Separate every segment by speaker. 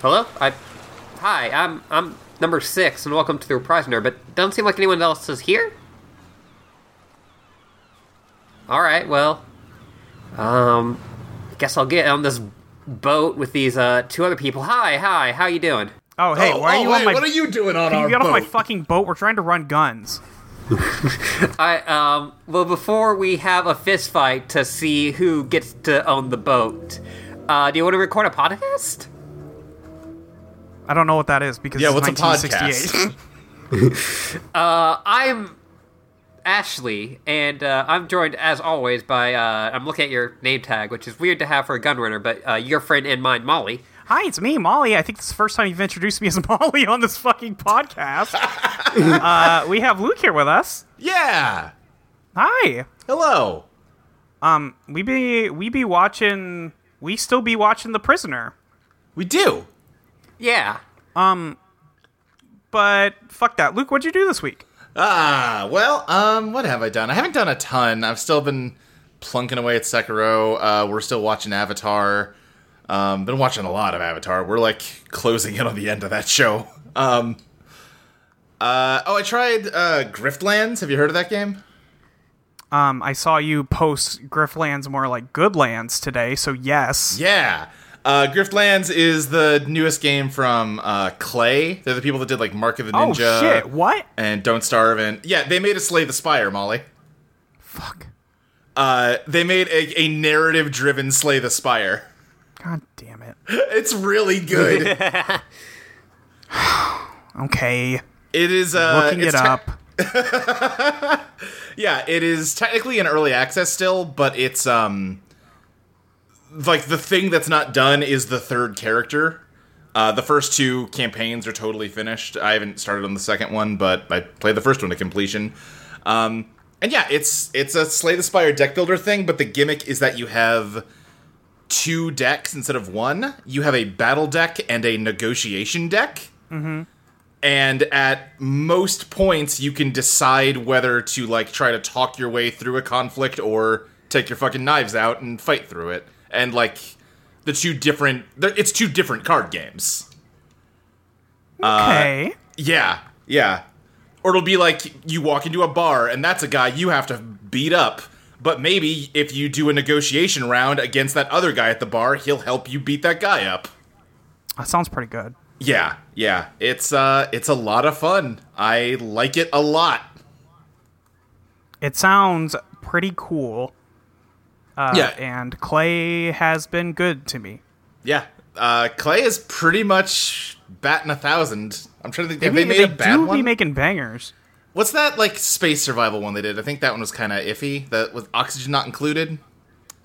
Speaker 1: Hello? I Hi, I'm I'm number six and welcome to the Reprise Nerd, but doesn't seem like anyone else is here? Alright, well. Um guess I'll get on this boat with these uh two other people. Hi, hi, how you doing?
Speaker 2: Oh, hey,
Speaker 3: oh,
Speaker 2: why are
Speaker 3: oh,
Speaker 2: you
Speaker 3: hey,
Speaker 2: on my?
Speaker 3: what are you doing on
Speaker 2: you
Speaker 3: our
Speaker 2: get
Speaker 3: boat?
Speaker 2: off my fucking boat. We're trying to run guns.
Speaker 1: I um well before we have a fist fight to see who gets to own the boat, uh, do you want to record a podcast?
Speaker 2: I don't know what that is because
Speaker 3: yeah,
Speaker 2: it's
Speaker 3: what's a
Speaker 2: 1968.
Speaker 3: podcast?
Speaker 1: I'm Ashley, and uh, I'm joined as always by uh, I'm looking at your name tag, which is weird to have for a gun runner, but uh, your friend and mine, Molly.
Speaker 2: Hi, it's me, Molly. I think this is the first time you've introduced me as Molly on this fucking podcast. uh, we have Luke here with us.
Speaker 3: yeah.
Speaker 2: Hi.
Speaker 3: Hello.
Speaker 2: Um, we be we be watching. We still be watching The Prisoner,
Speaker 3: We do.
Speaker 1: Yeah,
Speaker 2: but fuck that, Luke. What'd you do this week?
Speaker 3: Ah, well, um, what have I done? I haven't done a ton. I've still been plunking away at Sekiro. Uh, we're still watching Avatar. Um, been watching a lot of Avatar. We're like closing in on the end of that show. Um, uh, oh, I tried uh, Griftlands. Have you heard of that game?
Speaker 2: Um, I saw you post Grifflands more like Goodlands today, so yes.
Speaker 3: Yeah. Uh, Griftlands is the newest game from uh, Clay. They're the people that did like Mark of the
Speaker 2: Oh
Speaker 3: Ninja
Speaker 2: shit! What?
Speaker 3: and Don't Starve and yeah, they made a Slay the Spire, Molly.
Speaker 2: Fuck.
Speaker 3: Uh, they made a, a narrative-driven Slay the Spire.
Speaker 2: God damn it.
Speaker 3: It's really good. it
Speaker 2: Okay.
Speaker 3: is uh
Speaker 2: Looking
Speaker 3: it's
Speaker 2: it
Speaker 3: te-
Speaker 2: up.
Speaker 3: Yeah, it is technically an early access still, but it's um like the thing that's not done is the third character. Uh, the first two campaigns are totally finished. I haven't started on the second one, but I played the first one to completion. Um, and yeah, it's it's a Slay the Spire deck builder thing, but the gimmick is that you have two decks instead of one. You have a battle deck and a negotiation deck. and at most points you can decide whether to like try to talk your way through a conflict or take your fucking knives out and fight through it and like the two different they're- it's two different card games uh,
Speaker 2: Okay.
Speaker 3: yeah yeah or it'll be like you walk into a bar and that's a guy you have to beat up but maybe if you do a negotiation round against that other guy at the bar he'll help you beat that guy up
Speaker 2: that sounds pretty good.
Speaker 3: yeah yeah it's uh it's a lot of fun i like it a lot
Speaker 2: It sounds pretty cool. Uh,
Speaker 3: Yeah.
Speaker 2: And Clay has been good to me.
Speaker 3: Yeah, uh, Clay is pretty much batting a thousand. I'm trying to think. Have
Speaker 2: Maybe
Speaker 3: they made a bad
Speaker 2: do
Speaker 3: one?
Speaker 2: be making bangers.
Speaker 3: What's that like space survival one they did? I think that one was kind of iffy. That with oxygen not included.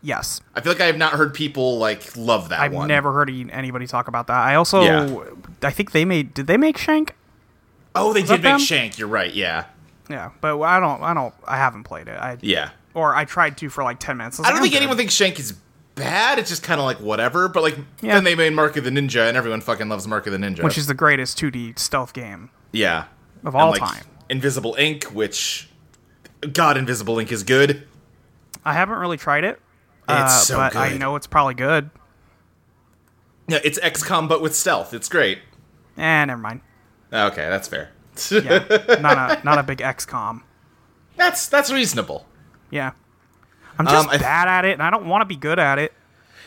Speaker 2: Yes.
Speaker 3: I feel like I have not heard people like love that
Speaker 2: I've
Speaker 3: one.
Speaker 2: never heard any- anybody talk about that. I also,
Speaker 3: Yeah.
Speaker 2: I think they made. Did they make Shank?
Speaker 3: Oh, they did
Speaker 2: that
Speaker 3: make
Speaker 2: them?
Speaker 3: Shank. You're right. Yeah,
Speaker 2: Yeah, but I don't. I don't. I haven't played it. I
Speaker 3: yeah.
Speaker 2: or I tried to for like ten minutes. was
Speaker 3: I don't
Speaker 2: like,
Speaker 3: think
Speaker 2: "I'm
Speaker 3: anyone
Speaker 2: good."
Speaker 3: thinks Shank is bad. It's just kind of like whatever. But like
Speaker 2: Yeah.
Speaker 3: then they made Mark of the Ninja, and everyone fucking loves Mark of the Ninja,
Speaker 2: which is the greatest 2D stealth game.
Speaker 3: yeah
Speaker 2: of
Speaker 3: And,
Speaker 2: all
Speaker 3: like,
Speaker 2: time.
Speaker 3: Invisible Ink, which God, Invisible Ink is good. It's
Speaker 2: I haven't really tried it, uh,
Speaker 3: so
Speaker 2: but
Speaker 3: good.
Speaker 2: I know it's probably good.
Speaker 3: Yeah, it's XCOM but with stealth. It's great.
Speaker 2: Eh, never mind.
Speaker 3: Okay, that's fair.
Speaker 2: Yeah, not a not a big XCOM.
Speaker 3: that's that's reasonable.
Speaker 2: Yeah, I'm just
Speaker 3: Um, I-
Speaker 2: bad at it, and I don't want to be good at it.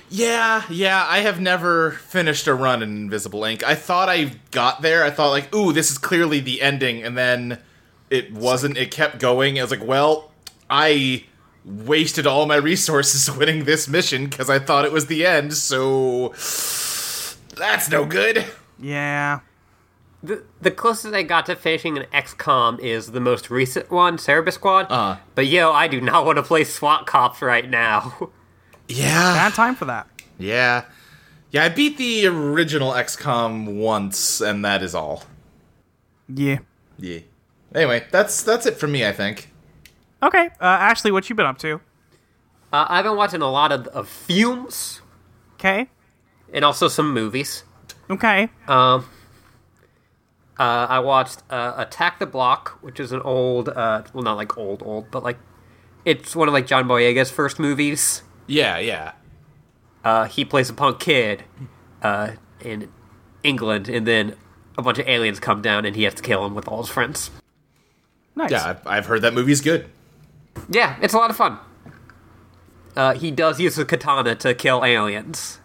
Speaker 3: Yeah, yeah. I have never finished a run in Invisible Ink. I thought I got there. I thought like, ooh, this is clearly the ending, and then it wasn't. It kept going. I was like, well, I wasted all my resources winning this mission because I thought it was the end. So that's no good.
Speaker 2: Yeah,
Speaker 1: the the closest I got to finishing an XCOM is the most recent one, Cerebus Squad.
Speaker 3: Uh-huh.
Speaker 1: But yo, I do not want to play SWAT cops right now.
Speaker 3: Yeah.
Speaker 2: bad time for that.
Speaker 3: yeah. Yeah, I beat the original XCOM once, and that is all.
Speaker 2: Yeah.
Speaker 3: Yeah. Anyway, that's that's it for me, I think.
Speaker 2: Okay, uh, Ashley, what you been up to?
Speaker 1: Uh, I've been watching a lot of, of films
Speaker 2: Okay,
Speaker 1: and also some movies.
Speaker 2: okay.
Speaker 1: Um, uh, I watched uh, Attack the Block, which is an old, uh, well, not like old, old, but like it's one of like John Boyega's first movies.
Speaker 3: Yeah, yeah.
Speaker 1: Uh, he plays a punk kid, uh, and England, and then a bunch of aliens come down, and he has to kill them with all his friends.
Speaker 2: Nice.
Speaker 3: Yeah, I've, I've heard that movie's good.
Speaker 1: Yeah, it's a lot of fun. Uh, he does use a katana to kill aliens.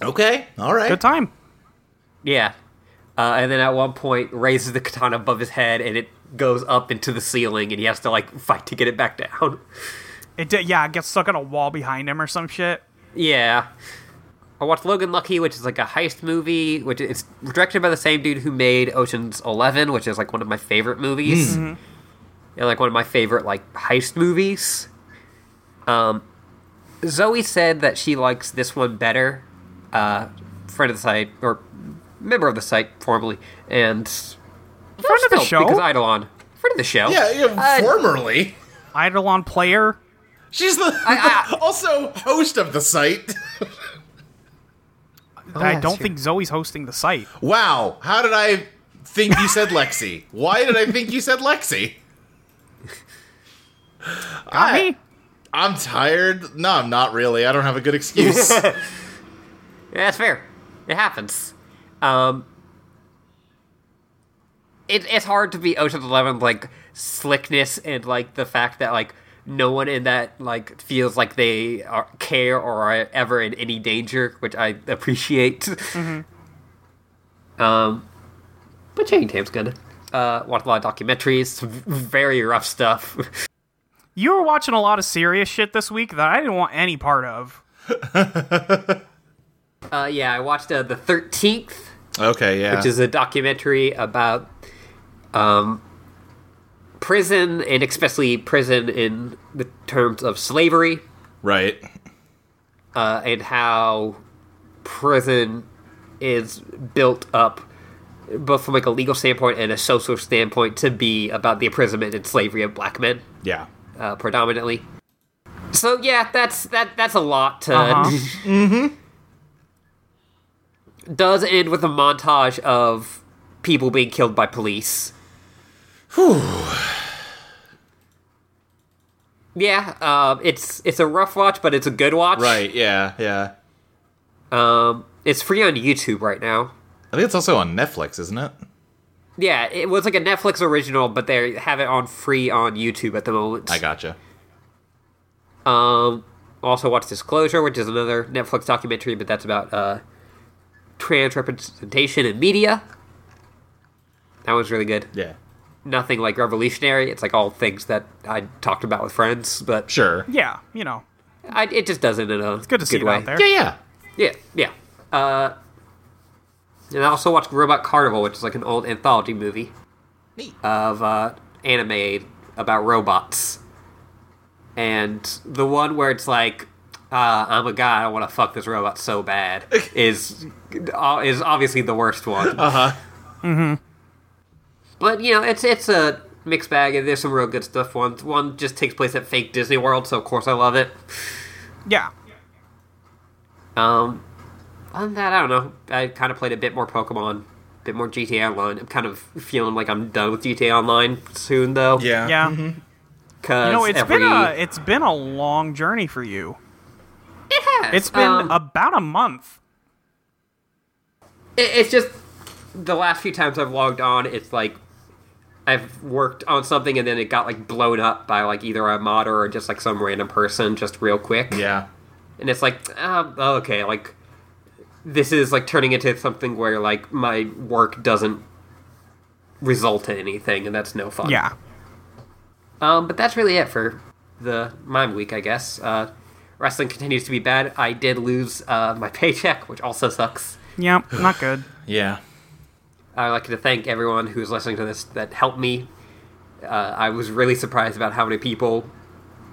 Speaker 3: Okay, all right.
Speaker 2: Good time.
Speaker 1: Yeah. Uh, and then at one point raises the katana above his head and it goes up into the ceiling and he has to like fight to get it back down.
Speaker 2: It did, yeah, it gets stuck on a wall behind him or some shit.
Speaker 1: yeah. I watched Logan Lucky, which is like a heist movie, which is directed by the same dude who made Ocean's 11, which is like one of my favorite movies.
Speaker 2: Mm-hmm.
Speaker 1: And like one of my favorite like heist movies. Um Zoe said that she likes this one better. Uh friend of the site or member of the site formerly and
Speaker 2: Friend of the
Speaker 1: still,
Speaker 2: show,
Speaker 1: because Eidolon. Friend of the show.
Speaker 3: Yeah, yeah
Speaker 1: Uh,
Speaker 3: formerly.
Speaker 2: Eidolon player.
Speaker 3: She's the
Speaker 1: I-
Speaker 3: also host of the site.
Speaker 2: I
Speaker 1: Oh, that's
Speaker 2: don't
Speaker 1: true.
Speaker 2: think Zoe's hosting the site.
Speaker 3: Wow, how did I think you said Lexi? Why did I think you said Lexi?
Speaker 2: Got
Speaker 3: I-
Speaker 2: me?
Speaker 3: I'm tired. No, I'm not really. I don't have a good excuse.
Speaker 1: Yeah, that's fair. It happens. Um, it, it's hard to be Ocean's Eleven like slickness and like the fact that like no one in that like feels like they are, care or are ever in any danger, which I appreciate. Um, but Channing Tatum's good. Uh, watched a lot of documentaries, some v- very rough stuff.
Speaker 2: You were watching a lot of serious shit this week that I didn't want any part of.
Speaker 1: Uh, yeah, I watched uh, the Thirteenth.
Speaker 3: okay, yeah.
Speaker 1: which is a documentary about um, prison and especially prison in the terms of slavery
Speaker 3: right.
Speaker 1: uh, and how prison is built up both from like a legal standpoint and a social standpoint to be about the imprisonment and slavery of black men
Speaker 3: Yeah.
Speaker 1: uh, predominantly so yeah that's that that's a lot to Mm-hmm.
Speaker 2: Uh-huh.
Speaker 1: does end with a montage of people being killed by police. Yeah, uh, it's it's a rough watch, but it's a good watch.
Speaker 3: Right, yeah, yeah.
Speaker 1: Um, it's free on YouTube right now.
Speaker 3: I think it's also on Netflix, isn't it?
Speaker 1: Yeah, it was like a Netflix original, but they have it on free on YouTube at the moment.
Speaker 3: I gotcha.
Speaker 1: Um, also watched Disclosure, which is another Netflix documentary, but that's about uh, trans representation in media. That was really good.
Speaker 3: Yeah.
Speaker 1: nothing like revolutionary. It's like all things that I talked about with friends, but
Speaker 3: Sure.
Speaker 2: Yeah, you know,
Speaker 1: I, it just does it in a
Speaker 2: good to see it
Speaker 1: way.
Speaker 2: out there.
Speaker 3: Yeah, yeah.
Speaker 1: Yeah, yeah. Uh, and I also watched Robot Carnival, which is like an old anthology movie
Speaker 3: Neat.
Speaker 1: of uh, anime about robots, and the one where it's like. Uh, I'm a guy. I want to fuck this robot so bad. Is uh, is obviously the worst one.
Speaker 3: Uh-huh.
Speaker 1: But you know, it's it's a mixed bag, and there's some real good stuff. One one just takes place at fake Disney World, so of course I love it.
Speaker 2: Yeah.
Speaker 1: Um, other than that, I don't know. I kind of played a bit more Pokemon, a bit more GTA Online. I'm kind of feeling like I'm done with GTA Online soon, though.
Speaker 3: Yeah.
Speaker 2: Yeah.
Speaker 1: because
Speaker 2: You know, it's
Speaker 1: every...
Speaker 2: been uh, a it's been a long journey for you.
Speaker 1: it has.
Speaker 2: It's been
Speaker 1: Um,
Speaker 2: about a month.
Speaker 1: it, it's just the last few times I've logged on, it's like I've worked on something and then it got like blown up by like either a modder or just like some random person, just real quick.
Speaker 3: Yeah.
Speaker 1: and it's like um, okay like this is like turning into something where like my work doesn't result in anything and that's no fun
Speaker 2: Yeah.
Speaker 1: um but that's really it for the mime week i guess uh wrestling continues to be bad i did lose uh my paycheck which also sucks
Speaker 2: Yeah, not good.
Speaker 3: Yeah.
Speaker 1: i'd like to thank everyone who's listening to this that helped me uh, i was really surprised about how many people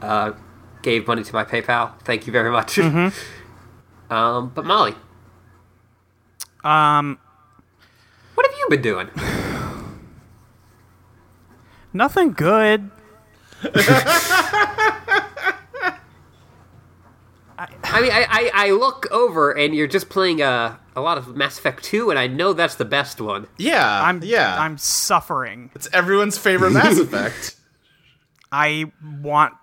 Speaker 1: uh gave money to my paypal thank you very much um but molly
Speaker 2: Um
Speaker 1: what have you been doing
Speaker 2: nothing good.
Speaker 1: I mean, I, I, I look over and you're just playing a, a lot of Mass Effect 2, and I know that's the best one.
Speaker 3: Yeah.
Speaker 2: I'm
Speaker 3: yeah.
Speaker 2: I'm suffering.
Speaker 3: it's everyone's favorite Mass Effect.
Speaker 2: I want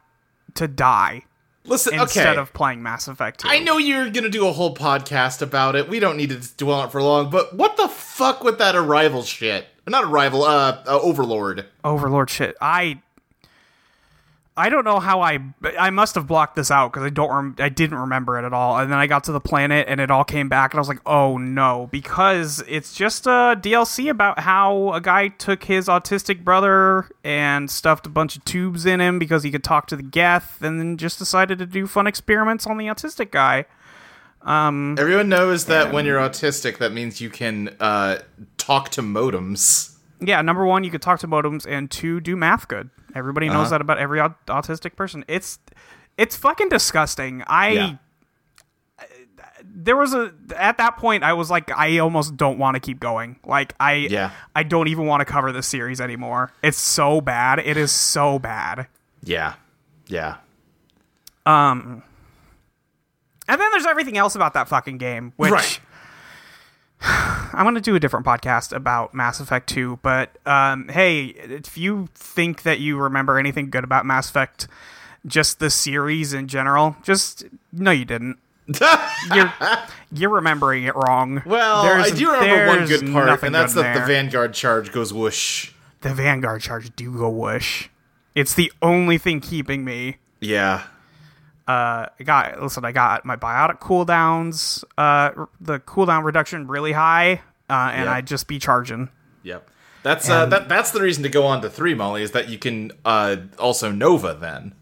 Speaker 2: to die.
Speaker 3: Listen,
Speaker 2: instead
Speaker 3: okay.
Speaker 2: of playing Mass Effect 2.
Speaker 3: I know you're gonna do a whole podcast about it. We don't need to dwell on it for long. But what the fuck with that arrival shit? Not arrival, uh, uh overlord.
Speaker 2: Overlord shit. I I don't know how I I must have blocked this out because I don't rem- I didn't remember it at all. And then I got to the planet and it all came back and I was like, oh no, because it's just a DLC about how a guy took his autistic brother and stuffed a bunch of tubes in him because he could talk to the Geth, and then just decided to do fun experiments on the autistic guy. Um,
Speaker 3: Everyone knows that when you're autistic, that means you can uh talk to modems.
Speaker 2: yeah, number one, you could talk to modems, and two, do math good. Everybody knows
Speaker 3: Uh-huh.
Speaker 2: that about every au- autistic person. It's it's fucking disgusting. I
Speaker 3: Yeah.
Speaker 2: there was a at that point I was like I almost don't want to keep going. Like I
Speaker 3: Yeah.
Speaker 2: I don't even want to cover this series anymore. It's so bad. It is so bad.
Speaker 3: Yeah, yeah.
Speaker 2: And then there's everything else about that fucking game, which
Speaker 3: Right.
Speaker 2: I'm going to do a different podcast about Mass Effect 2. But um, hey, if you think that you remember anything good about Mass Effect, just the series in general, just no, you didn't. you're you're remembering it wrong.
Speaker 3: Well,
Speaker 2: There's-
Speaker 3: I do remember one
Speaker 2: there's
Speaker 3: good part,
Speaker 2: nothing
Speaker 3: and that's
Speaker 2: good
Speaker 3: that
Speaker 2: in there.
Speaker 3: the Vanguard charge goes whoosh.
Speaker 2: the Vanguard charge do go whoosh. It's the only thing keeping me uh,
Speaker 3: Yeah.
Speaker 2: I got listen, I got my biotic cooldowns, uh, r- the cooldown reduction really high, uh, and
Speaker 3: Yeah.
Speaker 2: I'd just be charging.
Speaker 3: Yep. That's uh, that. That's the reason to go on to three, Molly, is that you can uh, also Nova then.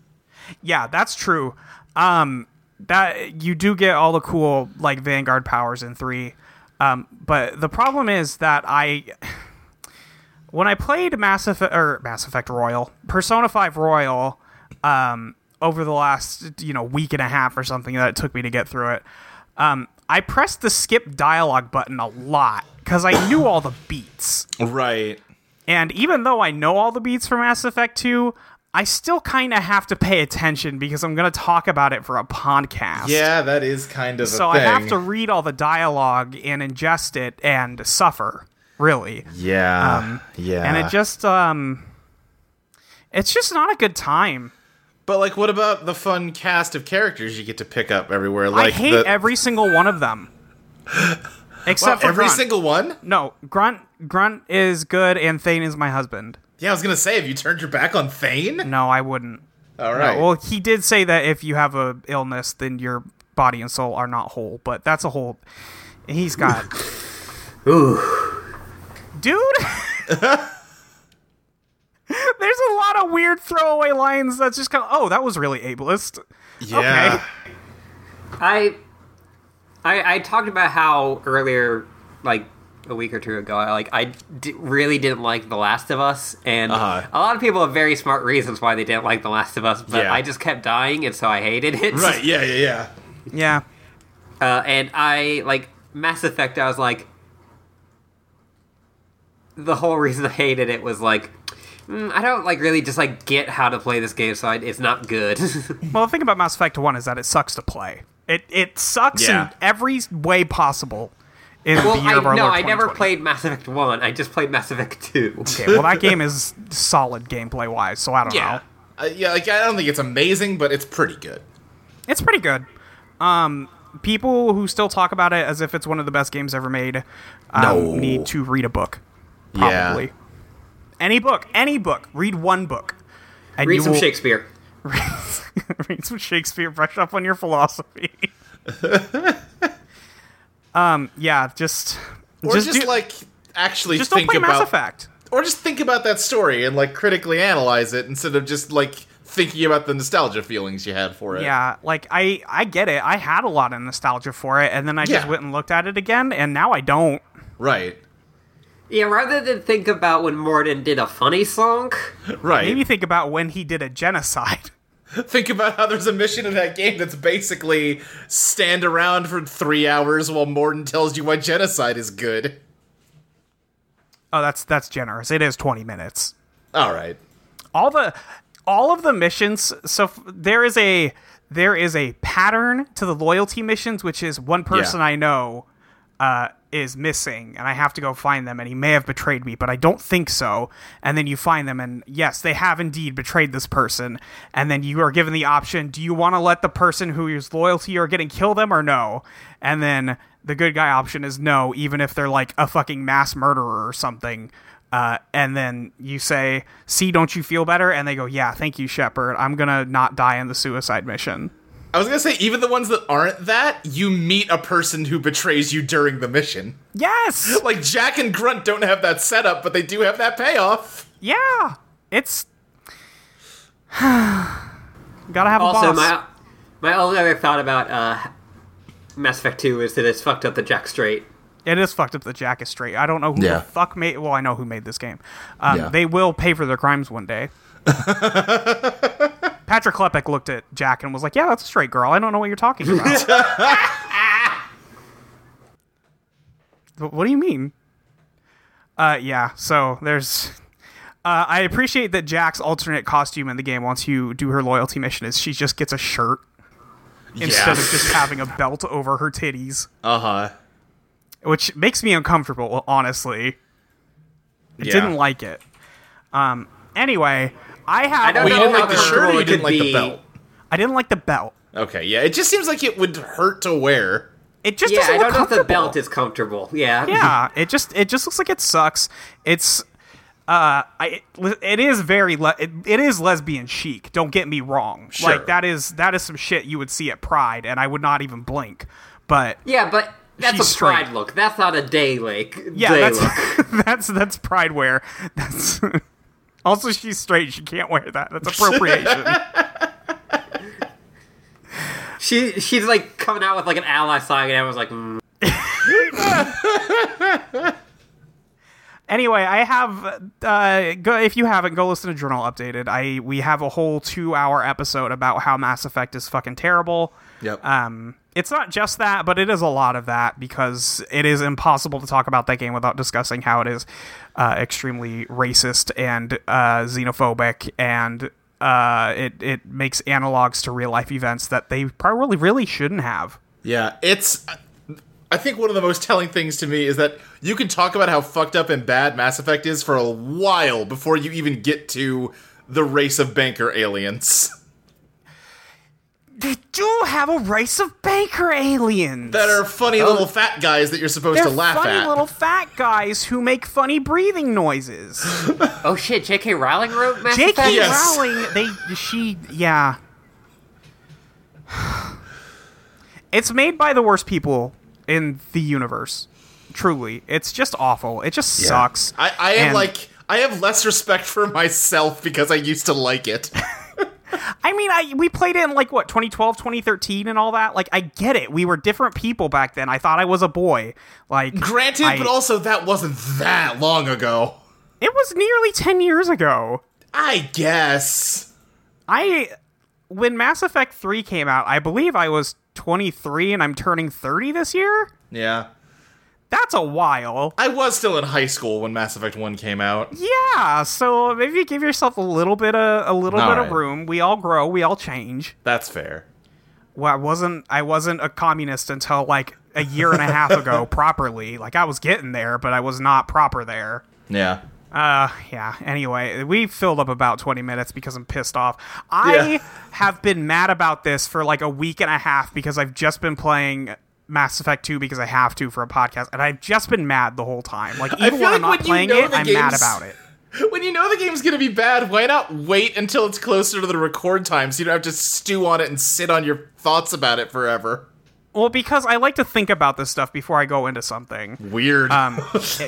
Speaker 2: Yeah, that's true. Um, that you do get all the cool like Vanguard powers in three, um, but the problem is that I. When I played Mass Effect or Mass Effect Royal, Persona 5 Royal, um, over the last you know week and a half or something that it took me to get through it, um, I pressed the skip dialogue button a lot because I knew all the beats.
Speaker 3: Right.
Speaker 2: And even though I know all the beats from Mass Effect 2, I still kind of have to pay attention because I'm going to talk about it for a podcast.
Speaker 3: Yeah, that is kind of
Speaker 2: So
Speaker 3: a
Speaker 2: I
Speaker 3: thing.
Speaker 2: have to read all the dialogue and ingest it and suffer, really.
Speaker 3: Yeah. yeah.
Speaker 2: Um, And it just um it's just not a good time.
Speaker 3: But like, what about the fun cast of characters you get to pick up everywhere? Like
Speaker 2: I hate
Speaker 3: the-
Speaker 2: every single one of them.
Speaker 3: Wow,
Speaker 2: Except for
Speaker 3: every
Speaker 2: Grunt.
Speaker 3: single one.
Speaker 2: No, Grunt Grunt is good and Thane is my husband.
Speaker 3: Yeah, I was gonna say, have you turned your back on Thane?
Speaker 2: No, I wouldn't.
Speaker 3: All right.
Speaker 2: Well, he did say that if you have a illness, then your body and soul are not whole. But that's a whole. He's got. Dude. There's a lot of weird throwaway lines that's just kind of. Oh, that was really ableist.
Speaker 3: yeah.
Speaker 2: okay.
Speaker 1: I, I I talked about how earlier, like a week or two ago, I like I d- really didn't like The Last of Us, and
Speaker 3: Uh-huh.
Speaker 1: a lot of people have very smart reasons why they didn't like The Last of Us, but
Speaker 3: Yeah.
Speaker 1: I just kept dying, and so I hated it.
Speaker 3: Right. Yeah. Yeah. Yeah.
Speaker 2: Yeah.
Speaker 1: Uh, and I like Mass Effect. I was like, the whole reason I hated it was like. mm, I don't like really just like get how to play this game, so I, it's not good.
Speaker 2: Well, the thing about Mass Effect 1 is that it sucks to play. It, it sucks
Speaker 3: Yeah.
Speaker 2: in every way possible in
Speaker 1: well,
Speaker 2: the year
Speaker 1: I,
Speaker 2: of our
Speaker 1: no,
Speaker 2: Lord
Speaker 1: I never
Speaker 2: 2020.
Speaker 1: played Mass Effect One. I just played Mass Effect Two.
Speaker 2: Okay, well, that game is solid gameplay wise, so I don't know.
Speaker 1: Yeah.
Speaker 3: Uh, yeah. Like, I don't think it's amazing, but it's pretty good.
Speaker 2: It's pretty good. Um, people who still talk about it as if it's one of the best games ever made um,
Speaker 3: No.
Speaker 2: need to read a book.
Speaker 3: Yeah.
Speaker 2: Probably. Any book, any book. Read one book. And
Speaker 1: Read
Speaker 2: you
Speaker 1: some
Speaker 2: will-
Speaker 1: Shakespeare.
Speaker 2: read some Shakespeare. Brush up on your philosophy. um. Yeah. Just.
Speaker 3: Or just,
Speaker 2: do-
Speaker 3: like actually
Speaker 2: Just don't
Speaker 3: think
Speaker 2: play
Speaker 3: about
Speaker 2: Mass Effect.
Speaker 3: or just think about that story and like critically analyze it instead of just like thinking about the nostalgia feelings you had for it.
Speaker 2: Yeah, like I I get it. I had a lot of nostalgia for it, and then I just
Speaker 3: Yeah.
Speaker 2: went and looked at it again, and now I don't.
Speaker 3: Right.
Speaker 1: Yeah, rather than think about when Morden did a funny song.
Speaker 3: Right.
Speaker 2: Maybe think about when he did a genocide.
Speaker 3: Think about how there's a mission in that game that's basically stand around for three hours while Morden tells you why genocide is good.
Speaker 2: Oh, that's that's generous. It is 20 minutes.
Speaker 3: All right.
Speaker 2: All the all of the missions so f- there is a there is a pattern to the loyalty missions which is one person I know uh, is missing, and I have to go find them. And he may have betrayed me, but I don't think so. And then you find them, and yes, they have indeed betrayed this person. And then you are given the option: do you want to let the person who is loyal to you are getting kill them, or no? And then the good guy option is no, even if they're like a fucking mass murderer or something. Uh, and then you say, "See, don't you feel better?" And they go, "Yeah, thank you, Shepard. I'm gonna not die in the suicide mission."
Speaker 3: I was gonna say, even the ones that aren't that, you meet a person who betrays you during the mission.
Speaker 2: Yes.
Speaker 3: Like Jack and Grunt don't have that setup, but they do have that payoff.
Speaker 2: Yeah. It's gotta have
Speaker 1: Also,
Speaker 2: a boss.
Speaker 1: my my only other thought about uh, Mass Effect Two is that it's fucked up the Jack straight.
Speaker 2: It is fucked up that Jack is straight. I don't know who
Speaker 3: Yeah.
Speaker 2: the fuck made. Well, I know who made this game. Um,
Speaker 3: Yeah.
Speaker 2: They will pay for their crimes one day. Patrick Klepek looked at Jack and was like, "Yeah, that's a straight girl. I don't know what you're talking about." "Wh- what do you mean? Uh, yeah. So there's. Uh, I appreciate that Jack's alternate costume in the game once you do her loyalty mission is she just gets a shirt instead of just having a belt over her titties
Speaker 3: uh huh.
Speaker 2: which makes me uncomfortable honestly i
Speaker 3: Yeah.
Speaker 2: didn't like it um anyway i have
Speaker 1: don't
Speaker 3: Well, you
Speaker 1: know
Speaker 3: didn't
Speaker 1: how
Speaker 3: like the shirt, or
Speaker 1: comfortable
Speaker 3: you
Speaker 1: it
Speaker 3: didn't
Speaker 1: would
Speaker 3: like the
Speaker 1: be.
Speaker 3: belt.
Speaker 2: i didn't like the belt
Speaker 3: Okay, yeah. It just seems like it would hurt to wear.
Speaker 2: it just
Speaker 1: Yeah,
Speaker 2: doesn't
Speaker 1: I
Speaker 2: look
Speaker 1: don't know if the
Speaker 2: comfortable.
Speaker 1: belt is comfortable. Yeah.
Speaker 2: yeah it just it just looks like it sucks it's uh i it is very le- it, it is lesbian chic don't get me wrong
Speaker 3: Sure.
Speaker 2: like that is that is some shit you would see at pride and i would not even blink but
Speaker 1: Yeah, but that's
Speaker 2: She's
Speaker 1: a pride
Speaker 2: straight.
Speaker 1: look. That's not a day lake.
Speaker 2: yeah
Speaker 1: day
Speaker 2: that's,
Speaker 1: look.
Speaker 2: that's that's pride wear that's also she's straight she can't wear that that's appropriation
Speaker 1: She she's like coming out with like an ally sign, and everyone's like, mm.
Speaker 2: Anyway, I have uh, go if you haven't go listen to Journal Updated. I we have a whole two hour episode about how Mass Effect is fucking terrible.
Speaker 3: Yep.
Speaker 2: Um, it's not just that, but it is a lot of that because it is impossible to talk about that game without discussing how it is uh, extremely racist and uh, xenophobic, and uh, it it makes analogs to real life events that they probably really shouldn't have.
Speaker 3: Yeah, it's. I think one of the most telling things to me is that you can talk about how fucked up and bad Mass Effect is for a while before you even get to the race of banker aliens
Speaker 2: They do have a race of banker aliens
Speaker 3: that are funny little fat guys that you're supposed to
Speaker 2: They're
Speaker 3: laugh
Speaker 2: funny
Speaker 3: at.
Speaker 2: little fat guys who make funny breathing noises.
Speaker 1: "Oh shit, J.K. Rowling wrote Mass
Speaker 2: J.K.
Speaker 1: Effect."
Speaker 3: Yes.
Speaker 2: Rowling, they she yeah. It's made by the worst people in the universe. Truly, it's just awful. It just sucks.
Speaker 3: I, I am
Speaker 2: And
Speaker 3: like I have less respect for myself because I used to like it.
Speaker 2: I mean, I we played it in like what 2012, 2013 and all that. Like I get it. We were different people back then. I thought I was a boy. Like
Speaker 3: Granted,
Speaker 2: I-
Speaker 3: but also that wasn't that long ago.
Speaker 2: it was nearly 10 years ago.
Speaker 3: I guess.
Speaker 2: I when Mass Effect 3 came out, I believe I was 23 and I'm turning 30 this year.
Speaker 3: Yeah.
Speaker 2: That's a while.
Speaker 3: I was still in high school when Mass Effect 1 came out.
Speaker 2: Yeah, so maybe give yourself a little bit of a little
Speaker 3: All
Speaker 2: bit of
Speaker 3: right.
Speaker 2: room. We all grow, we all change.
Speaker 3: That's fair.
Speaker 2: Well, I wasn't I wasn't a communist until like a year and a half ago properly. Like I was getting there, but I was not proper there.
Speaker 3: Yeah.
Speaker 2: Uh, yeah. Anyway, we filled up about 20 minutes because I'm pissed off. I
Speaker 3: Yeah.
Speaker 2: have been mad about this for like a week and a half because I've just been playing Mass Effect 2 because I have to for a podcast, and I've just been mad the whole time. Like, even
Speaker 3: feel
Speaker 2: when I'm
Speaker 3: like
Speaker 2: not
Speaker 3: when you
Speaker 2: playing
Speaker 3: know
Speaker 2: it,
Speaker 3: the
Speaker 2: I'm mad
Speaker 3: game's-
Speaker 2: about it.
Speaker 3: When you know the game's gonna be bad, why not wait until it's closer to the record time so you don't have to stew on it and sit on your thoughts about it forever?
Speaker 2: Well, because I like to think about this stuff before I go into something.
Speaker 3: Weird.
Speaker 2: Um,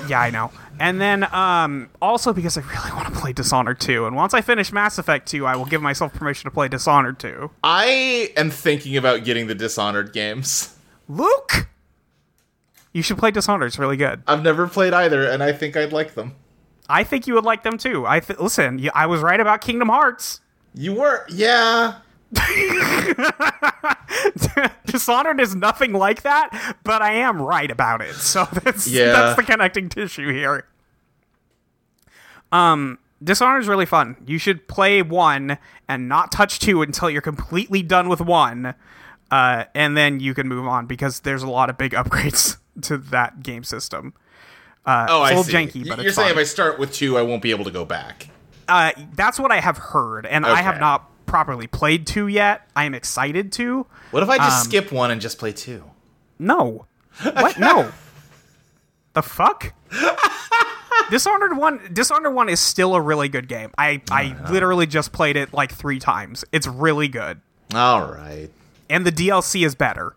Speaker 2: yeah, I know. And then um, also because I really want to play Dishonored 2, and once I finish Mass Effect 2, I will give myself permission to play Dishonored 2.
Speaker 3: I am thinking about getting the Dishonored games.
Speaker 2: Luke! You should play Dishonored, it's really good.
Speaker 3: I've never played either, and I think I'd like them.
Speaker 2: I think you would like them too. I th- listen. y- I was right about Kingdom Hearts.
Speaker 3: You were, yeah.
Speaker 2: Dishonored is nothing like that, but I am right about it. So that's
Speaker 3: Yeah.
Speaker 2: that's the connecting tissue here. Um, Dishonored is really fun. You should play one and not touch two until you're completely done with one, uh, and then you can move on because there's a lot of big upgrades to that game system.
Speaker 3: oh, I
Speaker 2: Uh, it's a
Speaker 3: see.
Speaker 2: little janky, but
Speaker 3: You're
Speaker 2: it's
Speaker 3: saying
Speaker 2: fine.
Speaker 3: if I start with two, I won't be able to go back.
Speaker 2: Uh, that's what I have heard, and I have
Speaker 3: Okay.
Speaker 2: not properly played two yet. I am excited to.
Speaker 3: What if I just
Speaker 2: Um,
Speaker 3: skip one and just play two?
Speaker 2: No. What? No. The fuck? Dishonored one. Dishonored one is still a really good game. I I literally just played it like three times. It's really good,
Speaker 3: All right.
Speaker 2: and the DLC is better.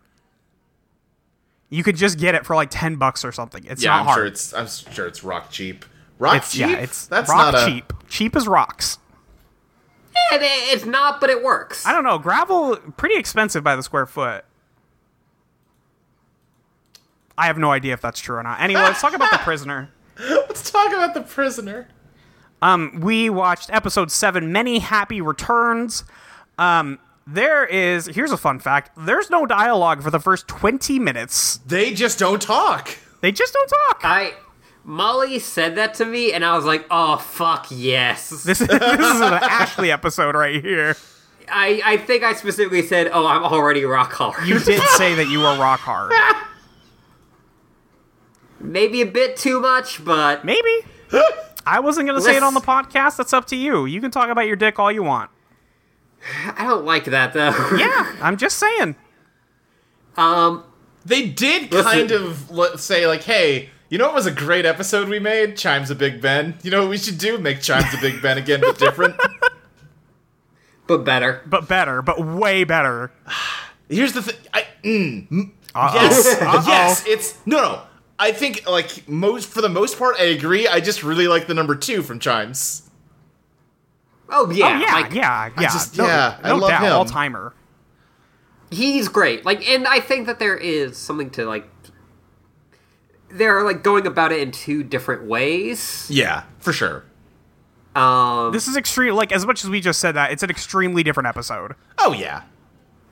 Speaker 2: You could just get it for like ten bucks or something. It's
Speaker 3: Yeah,
Speaker 2: not
Speaker 3: I'm
Speaker 2: hard.
Speaker 3: sure it's I'm sure it's rock cheap. Rock
Speaker 2: it's
Speaker 3: cheap.
Speaker 2: yeah. It's
Speaker 3: that's
Speaker 2: rock
Speaker 3: not a
Speaker 2: cheap. Cheap as rocks.
Speaker 1: It, it's not, but it works.
Speaker 2: I don't know. Gravel pretty expensive by the square foot. I have no idea if that's true or not. Anyway, let's talk about the prisoner.
Speaker 3: Let's talk about the prisoner.
Speaker 2: we watched episode seven, Many Happy Returns. Um, there is, here's a fun fact there's no dialogue for the first 20 minutes.
Speaker 3: They just don't talk.
Speaker 2: They just don't talk.
Speaker 1: I Molly said that to me, and I was like, "Oh fuck, yes."
Speaker 2: This is, this is an Ashley episode right here.
Speaker 1: I I think I specifically said, "Oh, I'm already rock hard."
Speaker 2: You did say that you were rock hard.
Speaker 1: Maybe a bit too much, but
Speaker 2: Maybe. I wasn't going to say it on the podcast. That's up to you. You can talk about your dick all you want.
Speaker 1: I don't like that though.
Speaker 2: Yeah, I'm just saying.
Speaker 1: Um,
Speaker 3: They did
Speaker 1: Listen.
Speaker 3: kind of let, say like, "Hey, you know what was a great episode we made? Chimes of Big Ben. You know what we should do? Make Chimes of Big Ben again, but different."
Speaker 1: but better.
Speaker 2: But better, but way better.
Speaker 3: Here's the thing. I mm, mm,
Speaker 2: Uh-oh.
Speaker 3: yes,
Speaker 2: Uh-oh.
Speaker 3: yes. It's no, no. I think like most for the most part, I agree. I just really like the number two from Chimes.
Speaker 1: Oh yeah,
Speaker 2: Oh, yeah,
Speaker 1: like,
Speaker 2: yeah, yeah.
Speaker 3: just-
Speaker 2: no,
Speaker 3: yeah, I
Speaker 2: no
Speaker 3: love
Speaker 2: doubt.
Speaker 3: him.
Speaker 2: All timer.
Speaker 1: he's great. Like, and I think that there is something to like. They're like going about it in two different ways.
Speaker 3: Yeah, for sure.
Speaker 1: Um,
Speaker 2: This is extreme. Like as much as we just said that, it's an extremely different episode.
Speaker 3: Oh yeah.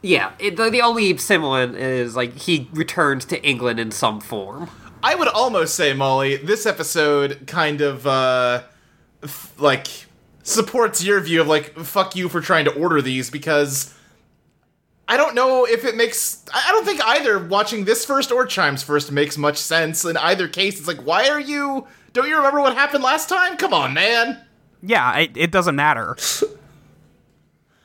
Speaker 1: yeah, it, the, the only similar is like he returns to England in some form.
Speaker 3: I would almost say, Molly, this episode kind of uh f- like supports your view of like fuck you for trying to order these because I don't know if it makes I I don't think either watching this first or Chimes first makes much sense in either case. It's like why are you don't you remember what happened last time? Come on, man.
Speaker 2: Yeah, it, it doesn't matter.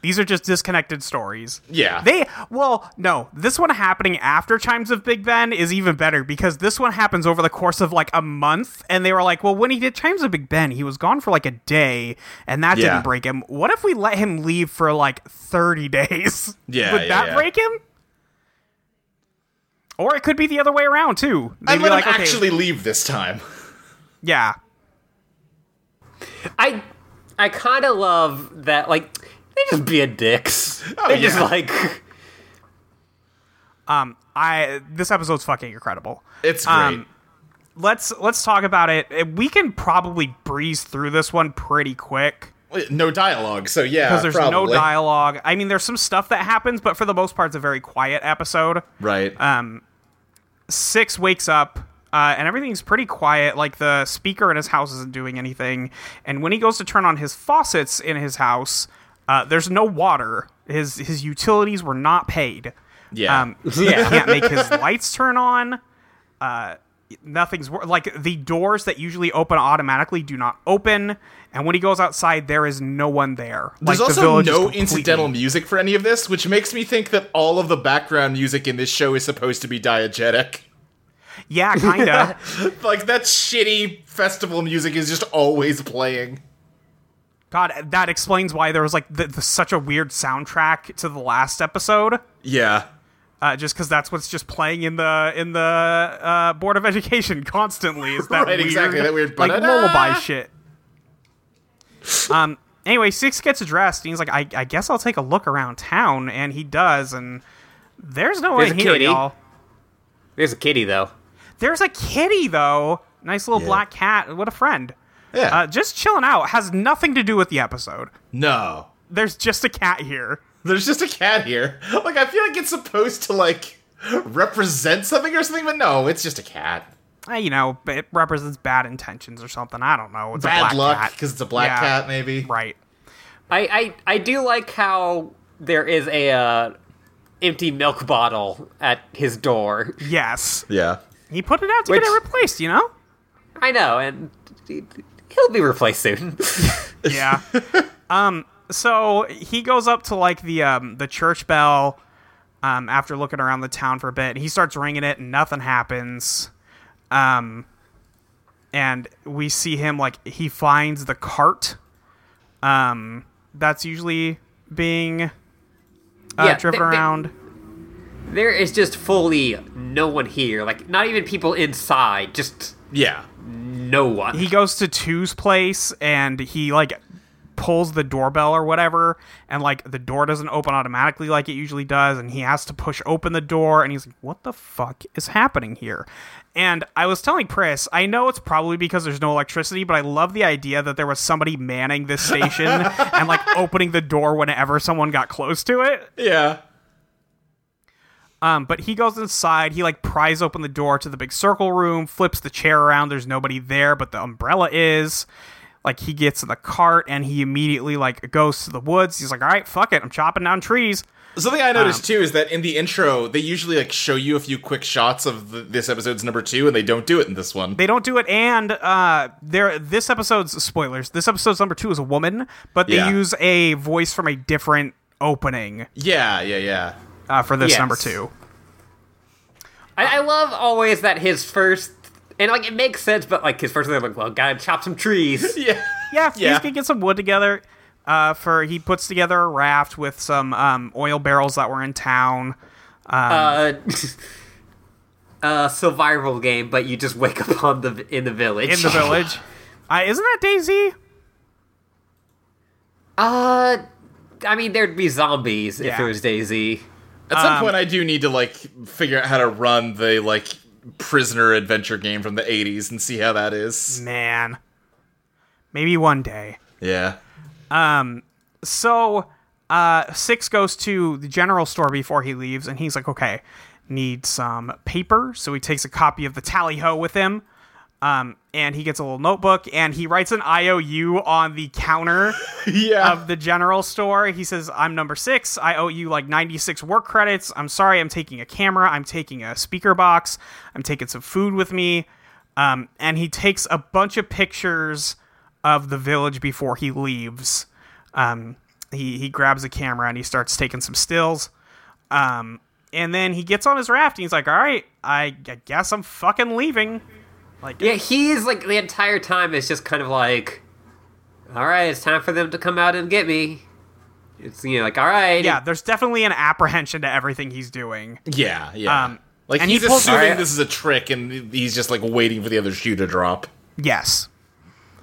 Speaker 2: These are just disconnected stories.
Speaker 3: Yeah.
Speaker 2: They well, no, this one happening after Chimes of Big Ben is even better because this one happens over the course of like a month and they were like, "Well, when he did Chimes of Big Ben, he was gone for like a day and that
Speaker 3: Yeah.
Speaker 2: didn't break him. What if we let him leave for like 30 days?
Speaker 3: Yeah,
Speaker 2: Would
Speaker 3: yeah,
Speaker 2: that
Speaker 3: yeah.
Speaker 2: break him? Or it could be the other way around too. They'd
Speaker 3: I
Speaker 2: be
Speaker 3: let
Speaker 2: like,
Speaker 3: him
Speaker 2: "Okay,
Speaker 3: actually leave this time.
Speaker 2: yeah,
Speaker 1: I I kind of love that. Like they just be a dicks.
Speaker 3: Oh,
Speaker 1: they just
Speaker 3: yeah.
Speaker 1: like
Speaker 2: um, I this episode's fucking incredible.
Speaker 3: It's great.
Speaker 2: Um, let's let's talk about it. Uh, We can probably breeze through this one pretty quick
Speaker 3: no dialogue, so yeah.
Speaker 2: because there's no
Speaker 3: Uh, probably.
Speaker 2: dialogue. I mean, there's some stuff that happens, but for the most part, it's a very quiet episode.
Speaker 3: Right.
Speaker 2: Uh, Six wakes up. Uh, and everything's pretty quiet. Like the speaker in his house isn't doing anything. And when he goes to turn on his faucets in his house, uh, there's no water. His his utilities were not paid.
Speaker 3: yeah.
Speaker 2: Um, yeah, can't make his lights turn on. Uh, nothing's wor- like the doors that usually open automatically do not open. And when he goes outside, there is no one there.
Speaker 3: There's
Speaker 2: like, the
Speaker 3: also
Speaker 2: village is
Speaker 3: no
Speaker 2: completely-
Speaker 3: incidental music for any of this, which makes me think that all of the background music in this show is supposed to be diegetic.
Speaker 2: Yeah, kinda.
Speaker 3: Like that shitty festival music is just always playing.
Speaker 2: God, that explains why there was like the, the, such a weird soundtrack to the last episode.
Speaker 3: Yeah.
Speaker 2: Uh, just because that's what's just playing in the in the uh, board of education constantly is that
Speaker 3: Right,
Speaker 2: weird,
Speaker 3: exactly, that weird
Speaker 2: like
Speaker 3: ba-da-da.
Speaker 2: lullaby shit. Um. Anyway, Six gets dressed and he's like, I, I guess I'll take a look around town, and he does, and there's no
Speaker 1: There's
Speaker 2: one
Speaker 1: a
Speaker 2: here,
Speaker 1: kitty.
Speaker 2: y'all.
Speaker 1: there's a kitty though.
Speaker 2: There's a kitty though, nice little
Speaker 3: Yeah.
Speaker 2: black cat. What a friend!
Speaker 3: Yeah.
Speaker 2: Uh, just chilling out has nothing to do with the episode.
Speaker 3: no.
Speaker 2: There's just a cat here.
Speaker 3: There's just a cat here. Like I feel like it's supposed to like represent something or something, but no, it's just a cat.
Speaker 2: Uh, you know, but it represents bad intentions or something. I don't know. It's a
Speaker 3: Bad
Speaker 2: black
Speaker 3: luck
Speaker 2: cat.
Speaker 3: because it's a black
Speaker 2: Yeah.
Speaker 3: cat, maybe.
Speaker 2: right.
Speaker 1: I, I I do like how there is a uh, empty milk bottle at his door.
Speaker 2: Yes.
Speaker 3: Yeah.
Speaker 2: He put it out to get
Speaker 1: Which-
Speaker 2: it replaced, you know?
Speaker 1: I know, and he- he'll be replaced soon.
Speaker 2: Yeah. um. So he goes up to like the um the church bell. Um. After looking around the town for a bit, he starts ringing it, and nothing happens. Um. And we see him like he finds the cart. Um. That's usually being uh,
Speaker 1: Yeah,
Speaker 2: driven
Speaker 1: they- they-
Speaker 2: around.
Speaker 1: there is just fully no one here. Like, not even people inside. Just
Speaker 3: Yeah.
Speaker 1: no one.
Speaker 2: he goes to two's place and he like pulls the doorbell or whatever and like the door doesn't open automatically like it usually does and he has to push open the door and he's like what the fuck is happening here and i was telling Pris, i know it's probably because there's no electricity but i love the idea that there was somebody manning this station and like opening the door whenever someone got close to it
Speaker 3: Yeah.
Speaker 2: um, but he goes inside. He like pries open the door to the big circle room, flips the chair around. There's nobody there, but the umbrella is. Like he gets in the cart and he immediately like goes to the woods. He's like, "All right, fuck it, I'm chopping down trees."
Speaker 3: Something I noticed too is that in the intro, they usually like show you a few quick shots of the, this episode's number two, and they don't do it in this one.
Speaker 2: They don't do it, and uh, there. This episode's spoilers. This episode's number two is a woman, but they
Speaker 3: Yeah.
Speaker 2: use a voice from a different opening
Speaker 3: yeah, yeah, yeah.
Speaker 2: uh, for this
Speaker 1: Yes.
Speaker 2: number two.
Speaker 1: I, I love always that his first. And like it makes sense, but like his first thing, I'm like, well, gotta chop some trees.
Speaker 3: Yeah.
Speaker 2: Yeah, he's
Speaker 3: Yeah.
Speaker 2: gonna get some wood together. Uh, for he puts together a raft with some um, oil barrels that were in town.
Speaker 1: Uh, uh, survival game, but you just wake up on the in the village.
Speaker 2: in the village. Uh, isn't that Daisy?
Speaker 1: Uh, I mean, there'd be zombies if
Speaker 2: Yeah.
Speaker 1: it was Daisy.
Speaker 3: At
Speaker 2: Um,
Speaker 3: some point, I do need to like figure out how to run the like prisoner adventure game from the '80s and see how that is.
Speaker 2: Man, maybe one day.
Speaker 3: Yeah.
Speaker 2: So, uh, Six goes to the general store before he leaves, and he's like, "Okay, need some paper." So he takes a copy of the tally ho with him, um, and he gets a little notebook, and he writes an IOU on the counter.
Speaker 3: Yeah.
Speaker 2: of the general store. He says, I'm number six. I owe you like 96 work credits. I'm sorry, I'm taking a camera. I'm taking a speaker box. I'm taking some food with me. Um, and he takes a bunch of pictures of the village before he leaves. Um, he, he grabs a camera and he starts taking some stills. Um, and then he gets on his raft and he's like, All right, I, I guess I'm fucking leaving. Like,
Speaker 1: Yeah, he's like the entire time is just kind of like, all right, it's time for them to come out and get me. It's you know like all right,
Speaker 2: yeah, there's definitely an apprehension to everything he's doing.
Speaker 3: Yeah. Yeah.
Speaker 2: Um,
Speaker 3: like
Speaker 2: and
Speaker 3: he's
Speaker 2: he pulls-
Speaker 3: assuming
Speaker 1: Alright.
Speaker 3: this is a trick, and he's just like waiting for the other shoe to drop.
Speaker 2: Yes.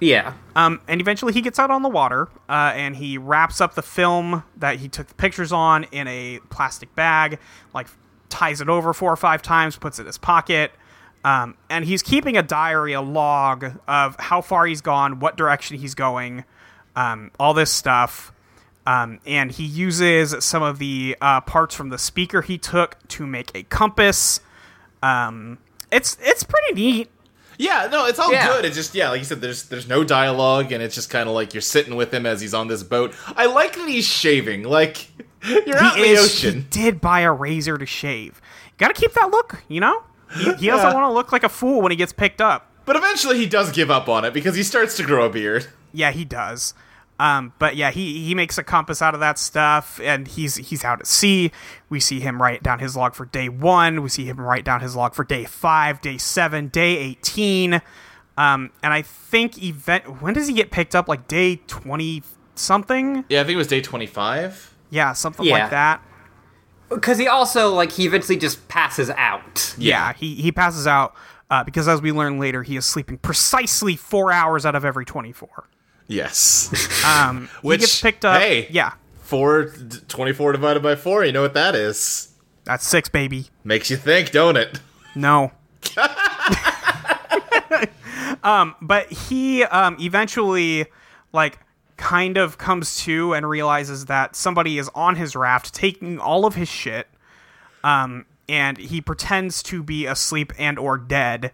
Speaker 1: yeah.
Speaker 2: Um, and eventually he gets out on the water uh, and he wraps up the film that he took the pictures on in a plastic bag, like ties it over four or five times, puts it in his pocket. Um, and he's keeping a diary, a log of how far he's gone, what direction he's going, um, all this stuff. Um, and he uses some of the uh, parts from the speaker he took to make a compass. Um, it's it's pretty neat.
Speaker 3: Yeah, no, it's all
Speaker 1: Yeah.
Speaker 3: good. It's just yeah, like you said, there's there's no dialogue, and it's just kind of like you're sitting with him as he's on this boat. I like that he's shaving. Like you're out in the
Speaker 2: is- He
Speaker 3: ocean.
Speaker 2: did buy a razor to shave. Got to keep that look, you know. He, he doesn't
Speaker 3: Yeah.
Speaker 2: want to look like a fool when he gets picked up.
Speaker 3: But eventually he does give up on it because he starts to grow a beard.
Speaker 2: Yeah, he does. Um, but yeah, he he makes a compass out of that stuff, and he's he's out at sea. We see him write down his log for day one. We see him write down his log for day five, day seven, day eighteen, um, and I think event. When does he get picked up? Like day twenty something?
Speaker 3: Yeah, I think it was day 25.
Speaker 2: Yeah, something
Speaker 1: Yeah.
Speaker 2: like that.
Speaker 1: Because he also like he eventually just passes out.
Speaker 2: Yeah, he, he passes out uh, because, as we learn later, he is sleeping precisely four hours out of every 24.
Speaker 3: Yes.
Speaker 2: Um, he
Speaker 3: Which-
Speaker 2: gets picked up.
Speaker 3: hey.
Speaker 2: Yeah,
Speaker 3: 4 d- 24 divided by 4, you know what that is.
Speaker 2: that's six, baby.
Speaker 3: Makes you think, don't it?
Speaker 2: No. um, but he um, eventually, like, kind of comes to and realizes that somebody is on his raft taking all of his shit. Um, and he pretends to be asleep and or dead.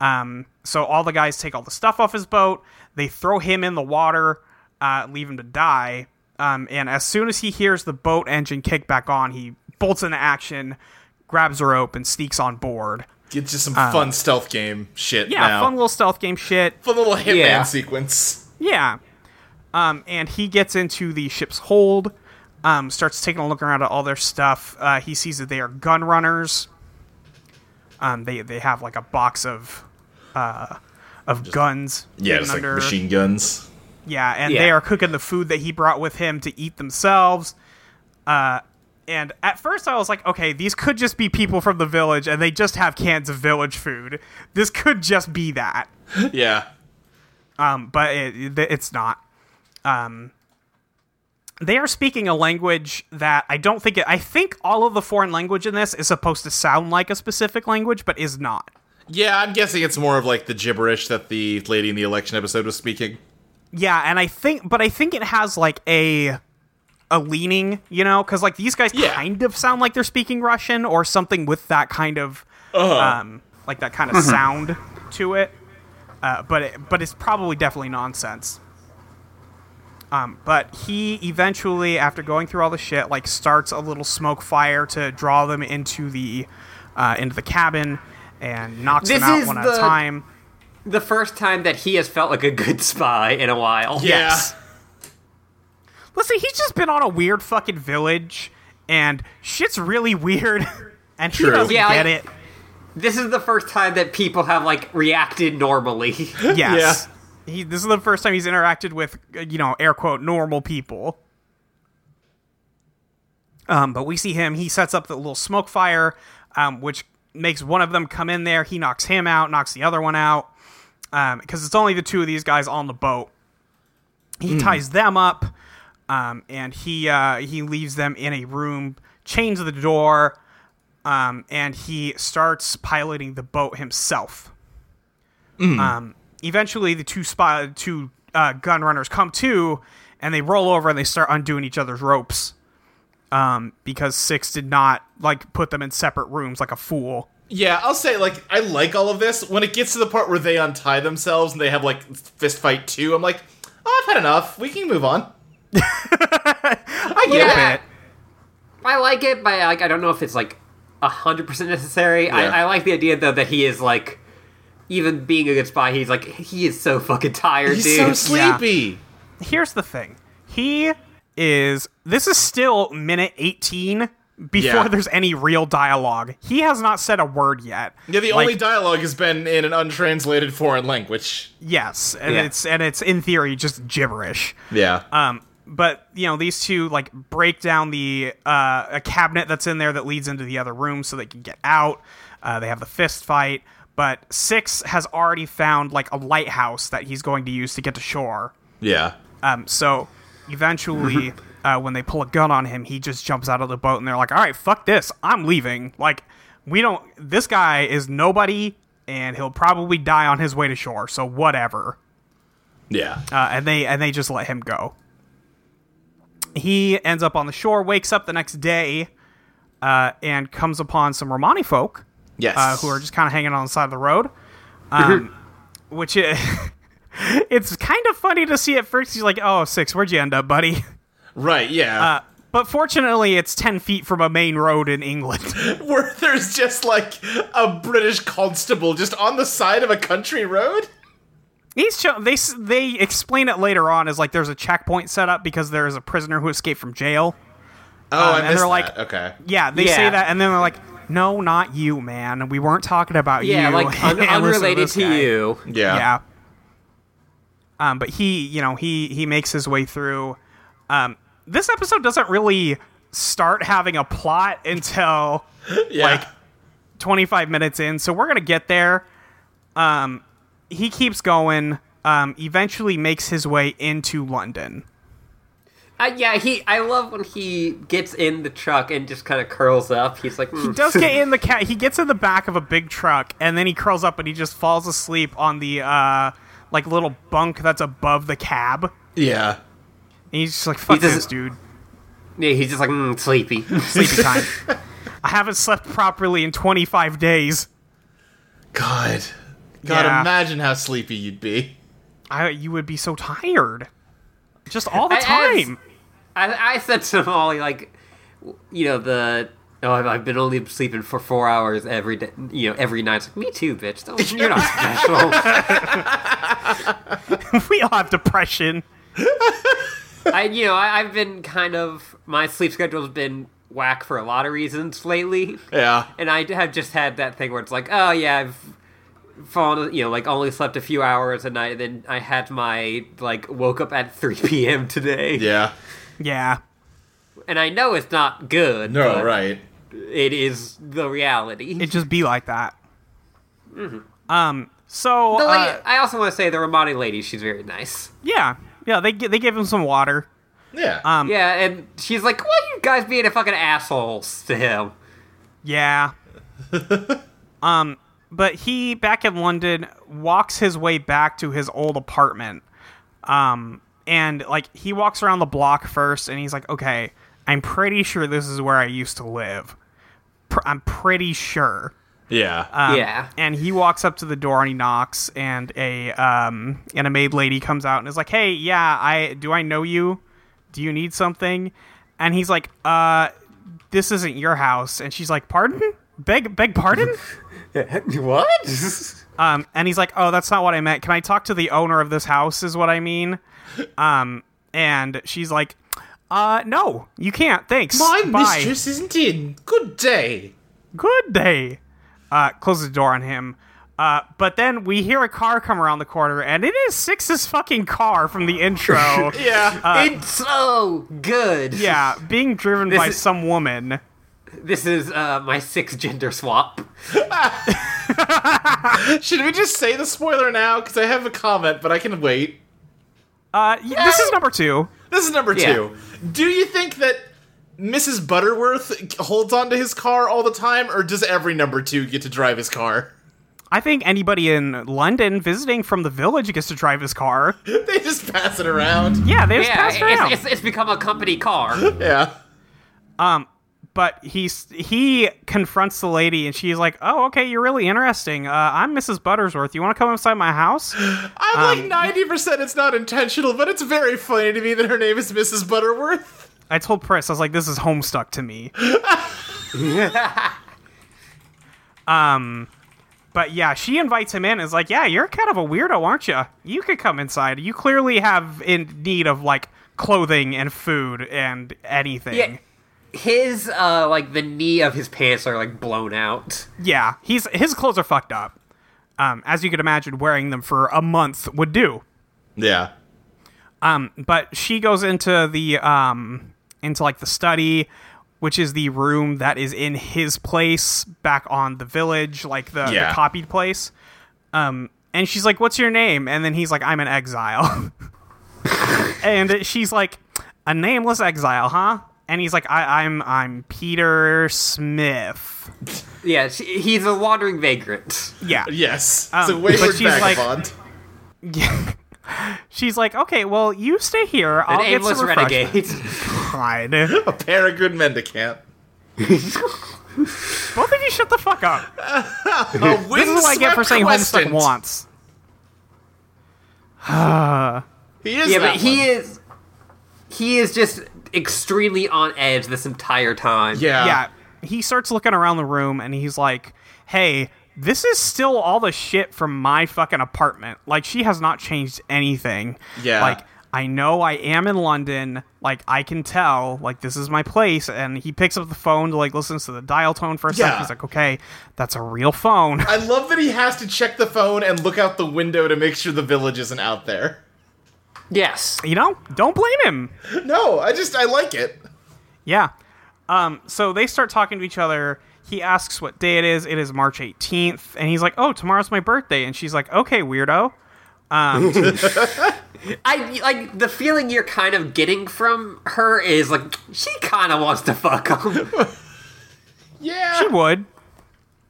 Speaker 2: Um, so all the guys take all the stuff off his boat. They throw him in the water, uh, leave him to die. Um, and as soon as he hears the boat engine kick back on, he bolts into action, grabs a rope, and sneaks on board.
Speaker 3: It's just some fun stealth game shit
Speaker 2: Um, Yeah,
Speaker 3: now.
Speaker 2: fun little stealth game shit.
Speaker 3: Fun little hitman
Speaker 1: Yeah.
Speaker 3: sequence.
Speaker 2: Yeah. Um, and he gets into the ship's hold, um, starts taking a look around at all their stuff. Uh, he sees that they are gun runners. Um, they they have like a box of uh, of guns.
Speaker 3: Yeah,
Speaker 2: hidden
Speaker 3: just like
Speaker 2: under-
Speaker 3: machine guns.
Speaker 2: Yeah, and
Speaker 1: Yeah.
Speaker 2: they are cooking the food that he brought with him to eat themselves. Uh, and at first, I was like, okay, these could just be people from the village, and they just have cans of village food. This could just be that.
Speaker 3: Yeah.
Speaker 2: Um, but it, it- it's not. Um, they are speaking a language that I don't think. It, I think all of the foreign language in this is supposed to sound like a specific language, but is not.
Speaker 3: Yeah, I'm guessing it's more of like the gibberish that the lady in the election episode was speaking.
Speaker 2: Yeah, and I think, but I think it has like a a leaning, you know, because like these guys
Speaker 3: Yeah.
Speaker 2: kind of sound like they're speaking Russian or something with that kind of um, like that kind of
Speaker 1: Mm-hmm.
Speaker 2: sound to it. Uh, but it, but it's probably definitely nonsense. Um, but he eventually, after going through all the shit, like starts a little smoke fire to draw them into the uh, into the cabin and knocks
Speaker 1: This
Speaker 2: them out
Speaker 1: is
Speaker 2: one at
Speaker 1: the-
Speaker 2: a time.
Speaker 1: The first time that he has felt like a good spy in a while.
Speaker 2: Yes. Listen, he's just been on a weird fucking village, and shit's really weird, and he
Speaker 3: True.
Speaker 2: doesn't
Speaker 1: Yeah,
Speaker 2: get
Speaker 1: like-
Speaker 2: it.
Speaker 1: This is the first time that people have like reacted normally.
Speaker 2: Yes. He, this is the first time he's interacted with, uh, you know, air quote, normal people. Um, but we see him. He sets up the little smoke fire, um, which makes one of them come in there. He knocks him out, knocks the other one out, because it's only the two of these guys on the boat. He ties them up, um, and he uh, he leaves them in a room, chains the door, um, and he starts piloting the boat himself. Um, eventually, the two spot two uh, gun runners come to, and they roll over and they start undoing each other's ropes. Um, because six did not like put them in separate rooms like a fool.
Speaker 3: Yeah, I'll say like I like all of this. When it gets to the part where they untie themselves and they have like fist fight two, I'm like, oh, I've had enough. We can move on.
Speaker 2: I get
Speaker 1: Yeah.
Speaker 2: it.
Speaker 1: I like it, but like I don't know if it's like hundred percent necessary.
Speaker 3: Yeah.
Speaker 1: I, I like the idea though that he is like, even being a good spy, he's like he is so fucking tired,
Speaker 3: He's
Speaker 1: dude.
Speaker 3: so sleepy.
Speaker 2: Here's the thing. He is this is still minute 18 before
Speaker 3: Yeah.
Speaker 2: there's any real dialogue. He has not said a word yet.
Speaker 3: Yeah, the
Speaker 2: Like,
Speaker 3: only dialogue has been in an untranslated foreign language.
Speaker 2: yes, and
Speaker 1: Yeah.
Speaker 2: it's and it's in theory just gibberish.
Speaker 3: Yeah.
Speaker 2: Um, but you know these two like break down the uh, a cabinet that's in there that leads into the other room so they can get out. Uh, they have the fist fight, but Six has already found like a lighthouse that he's going to use to get to shore.
Speaker 3: yeah.
Speaker 2: Um, so eventually, uh, when they pull a gun on him, he just jumps out of the boat and they're like, "All right, fuck this, I'm leaving." Like we don't. This guy is nobody, and he'll probably die on his way to shore. So whatever
Speaker 3: Yeah.
Speaker 2: uh, and they and they just let him go. He ends up on the shore, wakes up the next day, uh, and comes upon some Romani folk
Speaker 3: yes.
Speaker 2: uh, who are just kind of hanging on the side of the road, um, which i- it's kind of funny to see at first. He's like, "Oh, six, where'd you end up, buddy?"
Speaker 3: right.
Speaker 2: Uh,
Speaker 3: Yeah.
Speaker 2: But fortunately, it's ten feet from a main road in England.
Speaker 3: where there's just like a British constable just on the side of a country road.
Speaker 2: These show, they s- they explain it later on as like there's a checkpoint set up because there is a prisoner who escaped from jail.
Speaker 3: Oh,
Speaker 2: Um, and
Speaker 3: missed
Speaker 2: they're like-
Speaker 3: okay.
Speaker 2: Yeah, they say
Speaker 1: Yeah.
Speaker 2: that, and then they're like, "No, not you, man. We weren't talking about
Speaker 1: Yeah,
Speaker 2: you."
Speaker 1: like un-
Speaker 2: And listen
Speaker 1: unrelated
Speaker 2: this
Speaker 1: to
Speaker 2: guy.
Speaker 1: you.
Speaker 3: Yeah.
Speaker 2: Yeah. Um, but he, you know, he he makes his way through. Um, this episode doesn't really start having a plot until
Speaker 3: Yeah.
Speaker 2: 25 minutes in, so we're gonna get there. Um, he keeps going. Um, eventually makes his way into London.
Speaker 1: Uh, yeah, he. I love when he gets in the truck and just kind of curls up. He's like, "Mm."
Speaker 2: does get in the cat. He gets in the back of a big truck, and then he curls up and he just falls asleep on the uh, like little bunk that's above the cab. And
Speaker 3: yeah.
Speaker 2: he's just like, "Fuck
Speaker 1: doesn't-
Speaker 2: this, dude.
Speaker 1: Yeah, he's just like mm, sleepy.
Speaker 2: Sleepy time. I haven't slept properly in 25 days.
Speaker 3: God. God,
Speaker 2: Yeah.
Speaker 3: imagine how sleepy you'd be.
Speaker 2: I, you would be so tired, just all the
Speaker 1: I- I-
Speaker 2: time."
Speaker 1: I, I said to Molly, like, w- you know, the Oh, I've, I've been only sleeping for four hours every day. You know, every night. It's like, me too, bitch. Don't, you're not special.
Speaker 2: we all have depression.
Speaker 1: I, you know, I, I've been kind of my sleep schedule's been whack for a lot of reasons lately,
Speaker 3: Yeah.
Speaker 1: and I have just had that thing where it's like, oh yeah, I've fallen, you know, like only slept a few hours a night. And then I had my like woke up at three p.m. today,
Speaker 3: Yeah.
Speaker 2: Yeah.
Speaker 1: and I know it's not good.
Speaker 3: No,
Speaker 1: but
Speaker 3: right.
Speaker 1: It is the reality.
Speaker 2: It just be like that. Um. So
Speaker 1: Mm-hmm. The
Speaker 2: uh,
Speaker 1: la- I also want to say the Ramadi lady, she's very nice.
Speaker 2: yeah, yeah. They gi- they gave him some water.
Speaker 3: Yeah.
Speaker 2: Um. Yeah.
Speaker 1: Yeah, and she's like, "Why you guys being a fucking assholes to him?"
Speaker 2: um. But he back in London walks his way back to his old apartment. Um. And like he walks around the block first, and he's like, "Okay, I'm pretty sure this is where I used to live. Pr- I'm pretty sure."
Speaker 3: yeah.
Speaker 2: um,
Speaker 1: yeah,
Speaker 2: and he walks up to the door and he knocks and a um and a maid lady comes out and is like hey yeah i do i know you do you need something and he's like uh this isn't your house and she's like pardon beg beg pardon
Speaker 1: what?
Speaker 2: um and he's like oh that's not what i meant can i talk to the owner of this house is what i mean um and she's like uh no you can't thanks Bye."
Speaker 3: isn't in. Good day.
Speaker 2: good day uh closes the door on him uh but then we hear a car come around the corner and it is six's fucking car from the intro
Speaker 3: Yeah.
Speaker 1: it's so good.
Speaker 2: Uh, yeah being driven by
Speaker 1: is-
Speaker 2: some woman Uh,
Speaker 1: this is uh, my sixth gender swap.
Speaker 3: Should we just say the spoiler now? Because I have a comment, but I can wait.
Speaker 2: uh yeah, this is number two
Speaker 3: This is number
Speaker 1: Yeah.
Speaker 3: two. Do you think that Mrs. Butterworth holds onto his car all the time, or does every number two get to drive his car?
Speaker 2: i think anybody in london visiting from the village gets to drive his car
Speaker 3: They just pass it around.
Speaker 2: yeah they just
Speaker 1: Yeah,
Speaker 2: pass it around
Speaker 1: it's, it's, it's become a company car.
Speaker 3: Yeah.
Speaker 2: but he's he confronts the lady and she's like oh okay you're really interesting uh, i'm mrs buttersworth you want to come inside my house
Speaker 3: I'm like 90% it's not intentional, but it's very funny to me that her name is Mrs. Butterworth.
Speaker 2: I told Pris, I was like, this is Homestuck to me. um, Um, but yeah, she invites him in. and Is like, yeah, you're kind of a weirdo, aren't you? You could come inside. You clearly have in need of like clothing and food and anything.
Speaker 1: Yeah. His uh, like the knee of his pants are like blown out.
Speaker 2: Yeah, he's his clothes are fucked up. Um, as you could imagine, wearing them for a month would do.
Speaker 3: Yeah.
Speaker 2: Um, but she goes into the um into like the study which is the room that is in his place back on the village like the, the
Speaker 3: Yeah.
Speaker 2: copied place um and she's like what's your name and then he's like i'm an exile and she's like a nameless exile huh and he's like I- i'm i'm peter smith
Speaker 1: Yeah, she, he's a wandering vagrant.
Speaker 2: yeah
Speaker 3: Yes. it's a
Speaker 2: Um,
Speaker 3: wayward
Speaker 2: but she's like-
Speaker 3: vagabond.
Speaker 2: she's like okay well you stay here i'll
Speaker 1: An
Speaker 2: get
Speaker 1: aimless
Speaker 2: some refreshments."
Speaker 1: renegade.
Speaker 2: Fine.
Speaker 3: a peregrine mendicant.
Speaker 2: both of you shut the fuck up
Speaker 3: A
Speaker 2: This is what I get for saying
Speaker 3: windswept
Speaker 2: Homestuck
Speaker 3: crescent.
Speaker 2: wants.
Speaker 3: He is
Speaker 1: yeah, but
Speaker 3: that
Speaker 1: he
Speaker 3: one.
Speaker 1: is he is just extremely on edge this entire time.
Speaker 3: Yeah.
Speaker 2: yeah, he starts looking around the room and he's like, "Hey, this is still all the shit from my fucking apartment. Like she has not changed anything.
Speaker 3: Yeah.
Speaker 2: like." I know I am in London. Like I can tell. Like this is my place. And he picks up the phone to like listens to the dial tone for a second.
Speaker 3: Yeah.
Speaker 2: He's like, okay, that's a real phone.
Speaker 3: I love that he has to check the phone and look out the window to make sure the village isn't out there.
Speaker 1: Yes.
Speaker 2: you know, don't blame him.
Speaker 3: No, I just I like it.
Speaker 2: Yeah. Um, so they start talking to each other. He asks what day it is. It is March 18th. And he's like, oh, tomorrow's my birthday. And she's like, okay, weirdo.
Speaker 1: I like the feeling you're kind of getting from her is like she kind of wants to fuck him.
Speaker 3: Yeah.
Speaker 2: She would.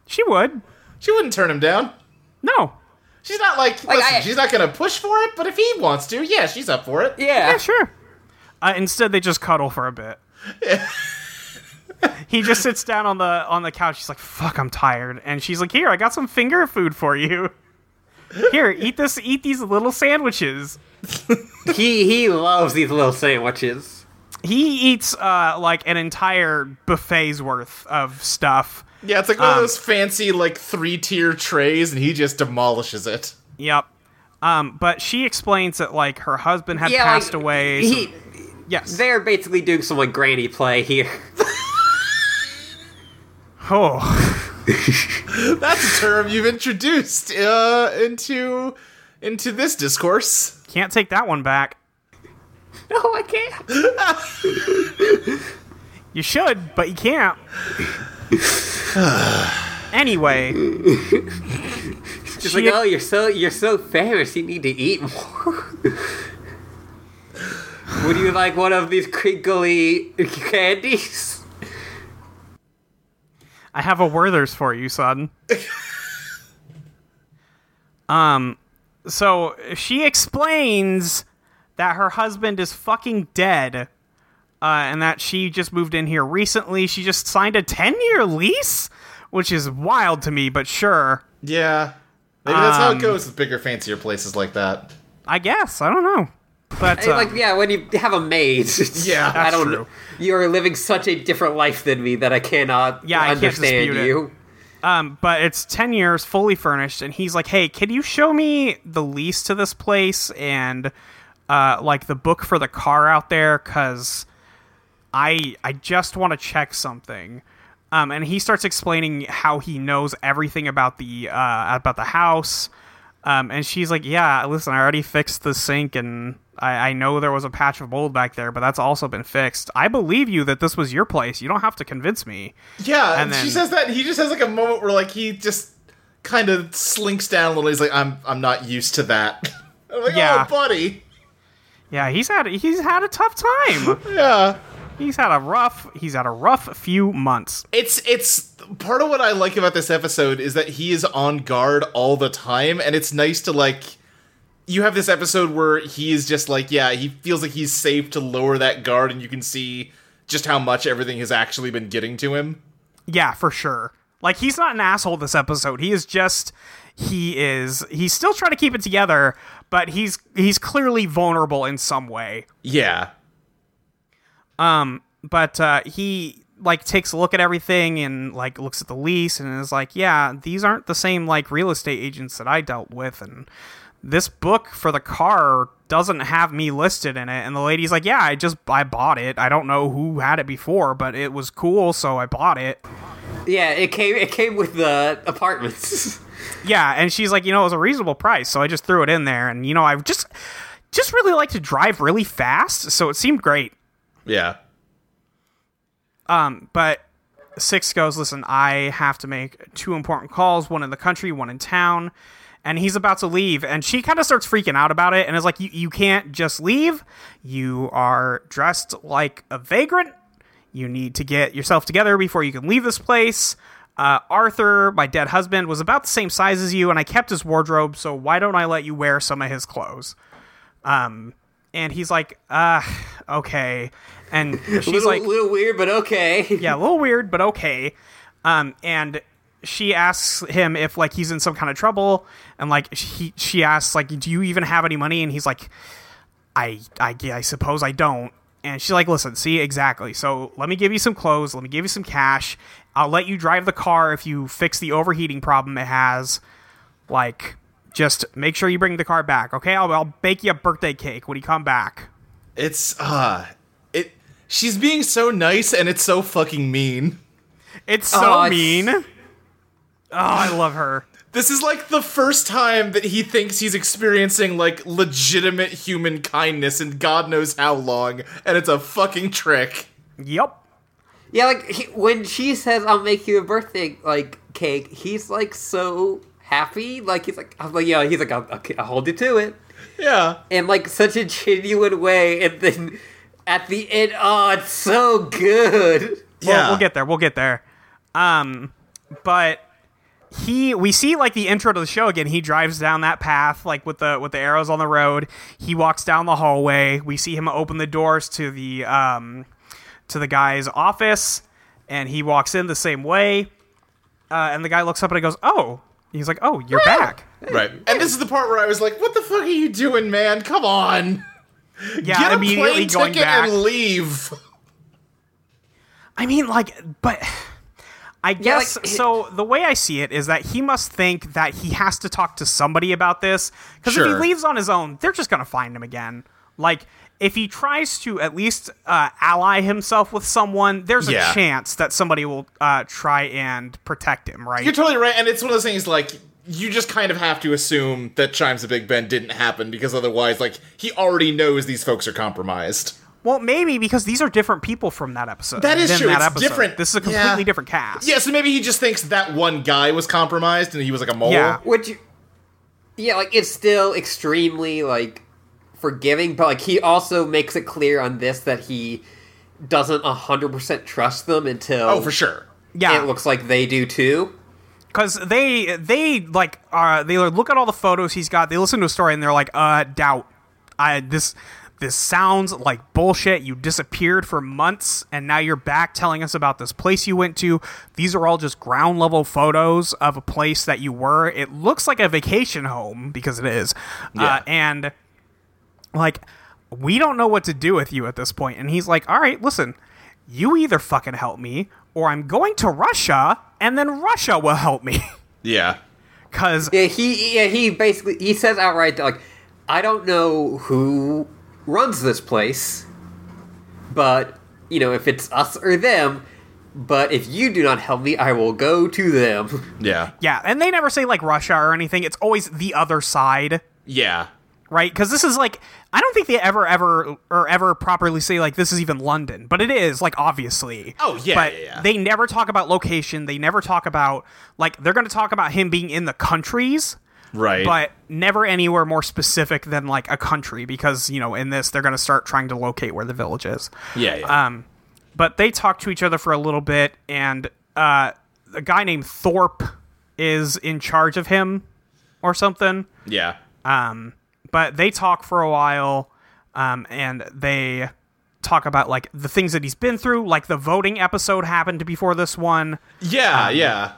Speaker 2: She would.
Speaker 3: She wouldn't turn him down.
Speaker 2: No.
Speaker 3: She's not like,
Speaker 1: Like,
Speaker 3: listen,
Speaker 1: I-
Speaker 3: she's not gonna push for it, but if he wants to, yeah, she's up for it.
Speaker 1: Yeah.
Speaker 2: Yeah, sure. Uh, instead, they just cuddle for a bit. he just sits down on the on the couch. He's like, fuck, I'm tired. And she's like, here, I got some finger food for you. Here, eat this. Eat these little sandwiches.
Speaker 1: He he loves these little sandwiches.
Speaker 2: He eats uh, like an entire buffet's worth of stuff.
Speaker 3: Yeah, it's like one of
Speaker 2: Um,
Speaker 3: those fancy like three tier trays, and he just demolishes it.
Speaker 2: Yep. Um, but she explains that like her husband had
Speaker 1: Yeah,
Speaker 2: passed
Speaker 1: like,
Speaker 2: away. so-
Speaker 1: He,
Speaker 2: yes.
Speaker 1: they're basically doing some like granny play here.
Speaker 2: oh.
Speaker 3: That's a term you've introduced uh, into into this discourse.
Speaker 2: Can't take that one back.
Speaker 1: no, I can't.
Speaker 2: You should, but you can't. anyway,
Speaker 1: She's
Speaker 2: She-
Speaker 1: like, oh, you're so you're so famous. You need to eat more. Would you like one of these crinkly candies?
Speaker 2: I have a Werther's for you, son. um, so she explains that her husband is fucking dead, uh, and that she just moved in here recently. She just signed a ten-year lease, which is wild to me, but sure,
Speaker 3: Yeah, maybe that's
Speaker 2: Um,
Speaker 3: how it goes with bigger, fancier places like that.
Speaker 2: I guess I don't know. But
Speaker 1: Hey,
Speaker 2: uh,
Speaker 1: like, yeah, when you have a maid. it's-
Speaker 3: Yeah,
Speaker 1: I
Speaker 2: that's
Speaker 1: don't.
Speaker 2: true.
Speaker 1: You are living such a different life than me that I cannot
Speaker 2: Yeah, I can't
Speaker 1: understand
Speaker 2: dispute it.
Speaker 1: you.
Speaker 2: Um, but it's 10 years fully furnished and he's like hey can you show me the lease to this place and uh, like the book for the car out there because i i just want to check something um, and he starts explaining how he knows everything about the uh, about the house um, and she's like yeah listen i already fixed the sink and I, I know there was a patch of mold back there but that's also been fixed i believe you that this was your place you don't have to convince me
Speaker 3: Yeah,
Speaker 2: And
Speaker 3: and she
Speaker 2: then-
Speaker 3: says that and he just has like a moment where like he just kind of slinks down a little. He's like, I'm I'm not used to that. I'm like,
Speaker 2: Yeah.
Speaker 3: oh, buddy.
Speaker 2: yeah he's had he's had a tough time
Speaker 3: Yeah.
Speaker 2: He's had a rough. He's had a rough few months.
Speaker 3: It's it's part of what I like about this episode is that he is on guard all the time, and it's nice to like you have this episode where he is just like, yeah, he feels like he's safe to lower that guard, and you can see just how much everything has actually been getting to him.
Speaker 2: Yeah, for sure. Like he's not an asshole this episode. He is just he is he's still trying to keep it together, but he's he's clearly vulnerable in some way.
Speaker 3: Yeah.
Speaker 2: But uh he like takes a look at everything and like looks at the lease and is like, "Yeah, these aren't the same like real estate agents that I dealt with and this book for the car doesn't have me listed in it and the lady's like yeah i just i bought it i don't know who had it before but it was cool so i bought it
Speaker 1: Yeah, it came it came with the apartments.
Speaker 2: Yeah, and she's like, you know, it was a reasonable price, so I just threw it in there, and you know, I just just really like to drive really fast, so it seemed great.
Speaker 3: Yeah.
Speaker 2: But Six goes, listen, I have to make two important calls, one in the country, one in town, and he's about to leave, and she kind of starts freaking out about it, and is like, you you can't just leave. You are dressed like a vagrant. You need to get yourself together before you can leave this place. Uh, Arthur, my dead husband, was about the same size as you, and I kept his wardrobe, so why don't I let you wear some of his clothes? Um, and he's like, uh, okay. And she's
Speaker 1: little,
Speaker 2: like,
Speaker 1: little weird, but okay.
Speaker 2: yeah, a little weird, but okay. Um, and she asks him if like he's in some kind of trouble, and like he she asks like, "Do you even have any money?" And he's like, "I I, I suppose I don't." And she's like, "Listen, see exactly. So let me give you some clothes. Let me give you some cash. I'll let you drive the car if you fix the overheating problem it has. Like, just make sure you bring the car back, okay? I'll, I'll bake you a birthday cake when you come back."
Speaker 3: It's uh it she's being so nice and it's so fucking mean.
Speaker 2: It's so
Speaker 1: Oh, it's-
Speaker 2: mean. Oh, I love her.
Speaker 3: This is like the first time that he thinks he's experiencing like legitimate human kindness in God knows how long, and it's a fucking trick.
Speaker 2: Yep.
Speaker 1: Yeah, like he, when she says, "I'll make you a birthday like cake," he's like so happy. Like he's like, "I'm like, yeah." He's like, "I'll, I'll, I'll hold you to it,"
Speaker 3: Yeah.
Speaker 1: and like such a genuine way. And then at the end, oh, it's so good.
Speaker 2: We'll-
Speaker 3: yeah.
Speaker 2: we'll, get there. We'll get there. Um, but he, we see like the intro to the show again. He drives down that path, like with the with the arrows on the road. He walks down the hallway. We see him open the doors to the um, to the guy's office, and he walks in the same way. Uh, and the guy looks up and he goes, "Oh." He's like, "Oh, you're back."
Speaker 3: Right. And this is the part where I was like, what the fuck are you doing, man? Come on.
Speaker 2: yeah,
Speaker 3: Get a
Speaker 2: immediately
Speaker 3: plane
Speaker 2: going
Speaker 3: ticket
Speaker 2: back.
Speaker 3: and leave.
Speaker 2: I mean, like, but I guess
Speaker 1: like, it-
Speaker 2: so. The way I see it is that he must think that he has to talk to somebody about this because if he
Speaker 3: Sure.
Speaker 2: leaves on his own, they're just gonna find him again. Like, if he tries to at least uh, ally himself with someone, there's
Speaker 3: Yeah.
Speaker 2: a chance that somebody will uh, try and protect him, right?
Speaker 3: You're totally right, and it's one of those things like you just kind of have to assume that Chimes of Big Ben didn't happen because otherwise, like he already knows these folks are compromised.
Speaker 2: well, maybe because these are different people from that episode.
Speaker 3: That is
Speaker 2: than
Speaker 3: true.
Speaker 2: That
Speaker 3: It's
Speaker 2: episode.
Speaker 3: different.
Speaker 2: This is a completely
Speaker 3: Yeah.
Speaker 2: different cast.
Speaker 3: Yeah, so maybe he just thinks that one guy was compromised and he was like a mole.
Speaker 2: Yeah.
Speaker 1: Which, yeah, like it's still extremely like forgiving, but like he also makes it clear on this that he doesn't hundred percent trust them until
Speaker 3: Oh, for sure.
Speaker 2: yeah.
Speaker 1: it looks like they do too.
Speaker 2: because they they like uh they look at all the photos he's got they listen to a story and they're like uh doubt i this this sounds like bullshit you disappeared for months and now you're back telling us about this place you went to these are all just ground level photos of a place that you were it looks like a vacation home because it is
Speaker 3: Yeah.
Speaker 2: uh, and like we don't know what to do with you at this point and he's like all right listen you either fucking help me or i'm going to russia and then russia will help me
Speaker 3: Yeah.
Speaker 2: because
Speaker 1: Yeah, he yeah he basically he says outright that, like I don't know who runs this place, but you know if it's us or them. But if you do not help me, I will go to them.
Speaker 3: Yeah.
Speaker 2: yeah and they never say like russia or anything it's always the other side
Speaker 3: Yeah.
Speaker 2: right because this is like i don't think they ever ever or ever properly say like this is even london but it is like obviously
Speaker 3: Oh, yeah,
Speaker 2: but
Speaker 3: yeah, yeah.
Speaker 2: they never talk about location they never talk about like they're going to talk about him being in the countries
Speaker 3: Right.
Speaker 2: but never anywhere more specific than like a country because you know in this they're going to start trying to locate where the village is
Speaker 3: yeah, yeah.
Speaker 2: um, but they talk to each other for a little bit and uh, a guy named thorpe is in charge of him or something
Speaker 3: yeah.
Speaker 2: but they talk for a while um, and they talk about like the things that he's been through like the voting episode happened before this one
Speaker 3: Yeah, yeah.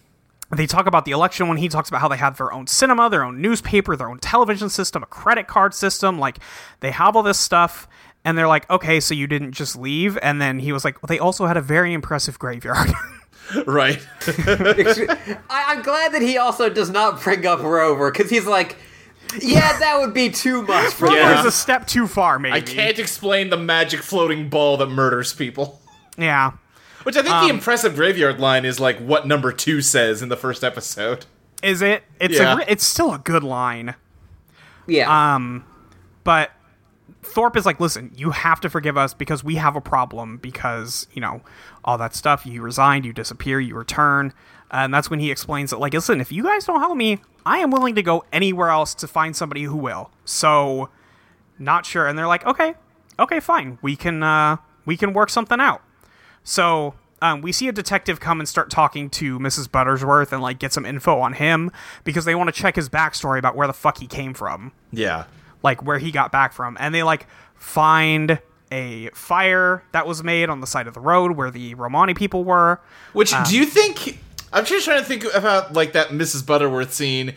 Speaker 2: they talk about the election when he talks about how they have their own cinema, their own newspaper, their own television system, a credit card system. Like they have all this stuff, and they're like, okay, so you didn't just leave. And then he was like, well, they also had a very impressive graveyard.
Speaker 3: Right.
Speaker 1: I, I'm glad that he also does not bring up Rover because he's like, yeah, that would be too much for
Speaker 3: Yeah.
Speaker 2: It was a step too far, maybe.
Speaker 3: I can't explain the magic floating ball that murders people.
Speaker 2: Yeah.
Speaker 3: Which I think the impressive graveyard line is like what number two says in the first episode.
Speaker 2: Is it? It's
Speaker 3: Yeah.
Speaker 2: a, gr- it's still a good line.
Speaker 1: Yeah.
Speaker 2: but Thorpe is like, listen, you have to forgive us because we have a problem because, you know, all that stuff. You resigned, you disappear, you return. And that's when he explains that, like, listen, if you guys don't help me, I am willing to go anywhere else to find somebody who will. So, not sure. And they're like, okay, okay, fine. We can, uh, we can work something out. So um, we see a detective come and start talking to Mrs. Buttersworth and like get some info on him because they want to check his backstory about where the fuck he came from
Speaker 3: Yeah.
Speaker 2: like where he got back from and they like find a fire that was made on the side of the road where the romani people were
Speaker 3: Which do you Um, think? I'm just trying to think about like that Mrs. Butterworth scene.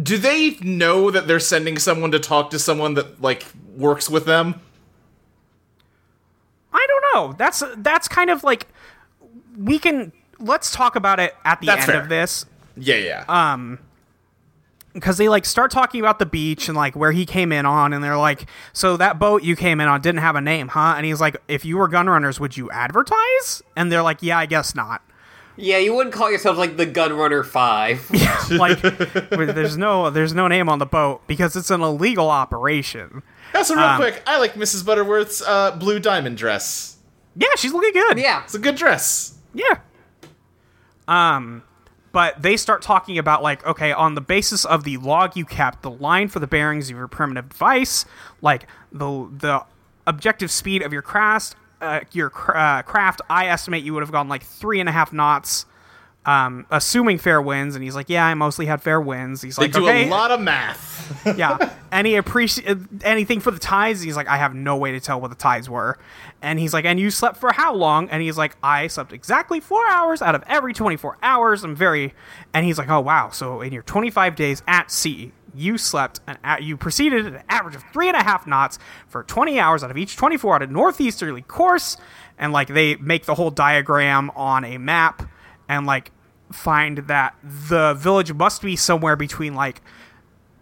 Speaker 3: Do they know that they're sending someone to talk to someone that like works with them?
Speaker 2: i don't know that's that's kind of like we can let's talk about it at the
Speaker 3: That's
Speaker 2: end
Speaker 3: fair.
Speaker 2: of this
Speaker 3: Yeah, yeah.
Speaker 2: because they like start talking about the beach and like where he came in on and they're like so that boat you came in on didn't have a name huh and he's like if you were gun runners would you advertise and they're like yeah i guess not
Speaker 1: yeah, you wouldn't call yourself like the Gunrunner 5.
Speaker 2: like where there's no there's no name on the boat because it's an illegal operation
Speaker 3: also, real quick, I like Mrs. Butterworth's uh, blue diamond dress.
Speaker 2: yeah she's looking good
Speaker 1: yeah.
Speaker 3: It's a good dress.
Speaker 2: Yeah. Um, but they start talking about like, okay, on the basis of the log you kept, the line for the bearings of your primitive device, like the the objective speed of your craft, uh, your cr- uh, craft, I estimate you would have gone like three and a half knots, um, assuming fair winds. And he's like, yeah, I mostly had fair winds. He's
Speaker 3: They
Speaker 2: like,
Speaker 3: do
Speaker 2: okay,
Speaker 3: a lot of math.
Speaker 2: yeah. And he appreciates anything for the tides. He's like, I have no way to tell what the tides were. And he's like, and you slept for how long? And he's like, I slept exactly four hours out of every 24 hours. I'm very, and he's like, oh, wow. So in your 25 days at sea, you slept an a- you proceeded at an average of three and a half knots for 20 hours out of each 24 out of northeasterly course, and like they make the whole diagram on a map and like find that the village must be somewhere between like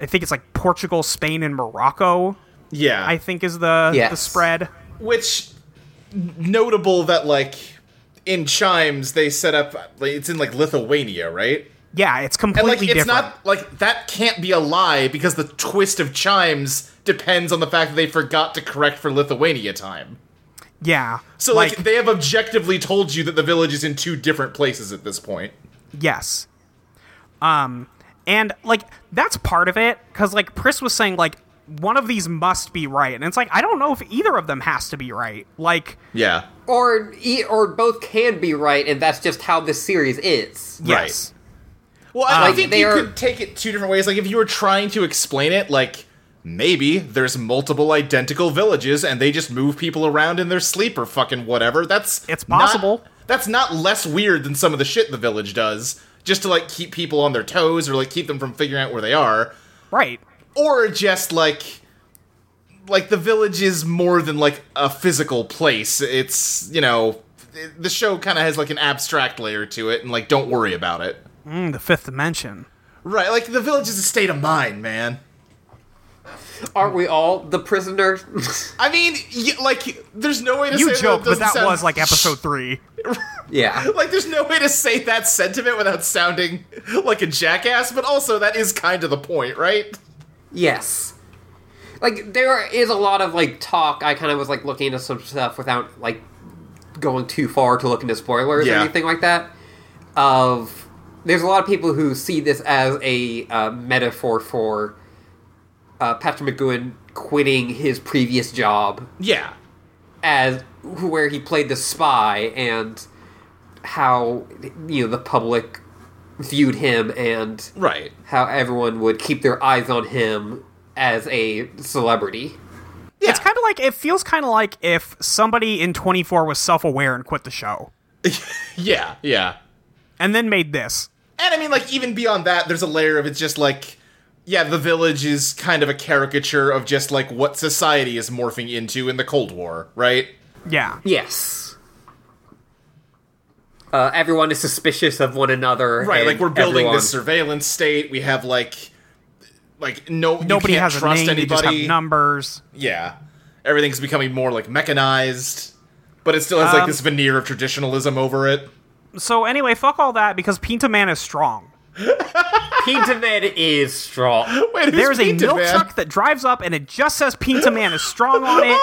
Speaker 2: I think it's like Portugal, Spain, and Morocco.
Speaker 3: Yeah.
Speaker 2: I think is the the
Speaker 1: Yes.
Speaker 2: spread.
Speaker 3: Which notable that like in chimes they set up like, it's in like Lithuania, right?
Speaker 2: Yeah, it's
Speaker 3: And
Speaker 2: completely
Speaker 3: like it's
Speaker 2: different.
Speaker 3: not like that can't be a lie because the twist of chimes depends on the fact that they forgot to correct for Lithuania time.
Speaker 2: yeah.
Speaker 3: So like they have objectively told you that the village is in two different places at this point.
Speaker 2: Yes. Um, and like that's part of it because like Pris was saying like one of these must be right, and it's like I don't know if either of them has to be right. Like
Speaker 3: Yeah.
Speaker 1: Or e- or both can be right, and that's just how this series is.
Speaker 2: yes,
Speaker 3: Well, I, I
Speaker 1: Like,
Speaker 2: Um,
Speaker 3: think
Speaker 1: they
Speaker 3: you
Speaker 1: are-
Speaker 3: could take it two different ways. Like, if you were trying to explain it, like maybe there's multiple identical villages and they just move people around in their sleep or fucking whatever. That's
Speaker 2: It's
Speaker 3: not-
Speaker 2: possible.
Speaker 3: that's not less weird than some of the shit the village does, just to like keep people on their toes or like keep them from figuring out where they are,
Speaker 2: right.
Speaker 3: or just like like the village is more than like a physical place. It's you know the show kind of has like an abstract layer to it, and like don't worry about it.
Speaker 2: Mm, the fifth dimension.
Speaker 3: Right, like the village is a state of mind, man.
Speaker 1: Aren't we all the prisoner?
Speaker 3: I mean, y- like, there's no way to
Speaker 2: You
Speaker 3: say
Speaker 2: joke,
Speaker 3: that
Speaker 2: but
Speaker 3: doesn't
Speaker 2: that
Speaker 3: sound-
Speaker 2: was like episode three.
Speaker 1: yeah.
Speaker 3: Like, there's no way to say that sentiment without sounding like a jackass. But also, that is kind of the point, right?
Speaker 1: Yes. Like there is a lot of like talk. I kind of was like looking into some stuff without like going too far to look into spoilers
Speaker 3: Yeah.
Speaker 1: or anything like that. Of there's a lot of people who see this as a uh, metaphor for uh, Patrick McGowan quitting his previous job
Speaker 3: Yeah,
Speaker 1: as where he played the spy and how you know the public viewed him and
Speaker 3: right.
Speaker 1: how everyone would keep their eyes on him as a celebrity.
Speaker 3: Yeah,
Speaker 2: It's kind of like it feels kind of like if somebody in twenty four was self aware and quit the show,
Speaker 3: yeah, yeah.
Speaker 2: and then made this.
Speaker 3: And I mean, like, even beyond that, there's a layer of it's just like, yeah, the village is kind of a caricature of just like what society is morphing into in the Cold War, right?
Speaker 2: Yeah,
Speaker 1: Yes. Uh, everyone is suspicious of one another.
Speaker 3: right
Speaker 1: and
Speaker 3: like we're building
Speaker 1: everyone-
Speaker 3: this surveillance state we have like like no you
Speaker 2: nobody
Speaker 3: can't
Speaker 2: has a
Speaker 3: trust
Speaker 2: name. They just
Speaker 3: anybody
Speaker 2: have numbers.
Speaker 3: yeah everything's becoming more like mechanized but it still has like
Speaker 2: Um,
Speaker 3: this veneer of traditionalism over it
Speaker 2: So anyway, fuck all that because Pinta Man is strong.
Speaker 1: Pinta Man is strong.
Speaker 3: wait who's
Speaker 2: There's a
Speaker 3: Pinta
Speaker 2: milk
Speaker 3: Man?
Speaker 2: truck that drives up and it just says Pinta Man is strong on it.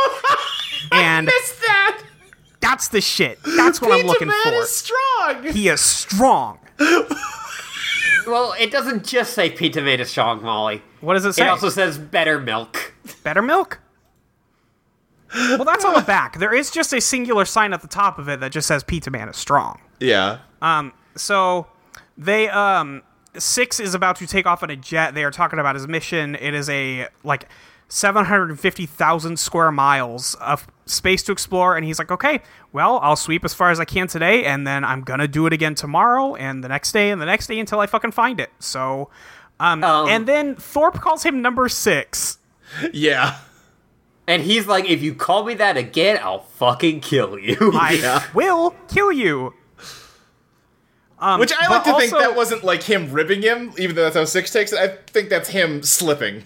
Speaker 2: And
Speaker 3: Missed that
Speaker 2: that's the shit. That's what I'm
Speaker 3: Pinta
Speaker 2: looking
Speaker 3: Man
Speaker 2: for.
Speaker 3: is strong
Speaker 2: He is strong.
Speaker 1: Well, it doesn't just say Pinta Man is strong, Molly.
Speaker 2: What does it
Speaker 1: It
Speaker 2: say?
Speaker 1: also says better milk.
Speaker 2: Better milk. Well, that's on the back. There is just a singular sign at the top of it that just says Pinta Man is strong.
Speaker 3: yeah
Speaker 2: Um, So they um six is about to take off in a jet. They are talking about his mission. It is a like seven hundred and fifty thousand square miles of space to explore, and he's like, Okay, well, I'll sweep as far as I can today, and then I'm gonna do it again tomorrow and the next day and the next day until I fucking find it. So um,
Speaker 1: Um.
Speaker 2: and then Thorpe calls him number six.
Speaker 3: yeah
Speaker 1: And he's like, if you call me that again, I'll fucking kill you.
Speaker 2: I will kill you. Um,
Speaker 3: which i like
Speaker 2: but
Speaker 3: to think
Speaker 2: also-
Speaker 3: that wasn't like him ribbing him even though that's how six takes it i think that's him slipping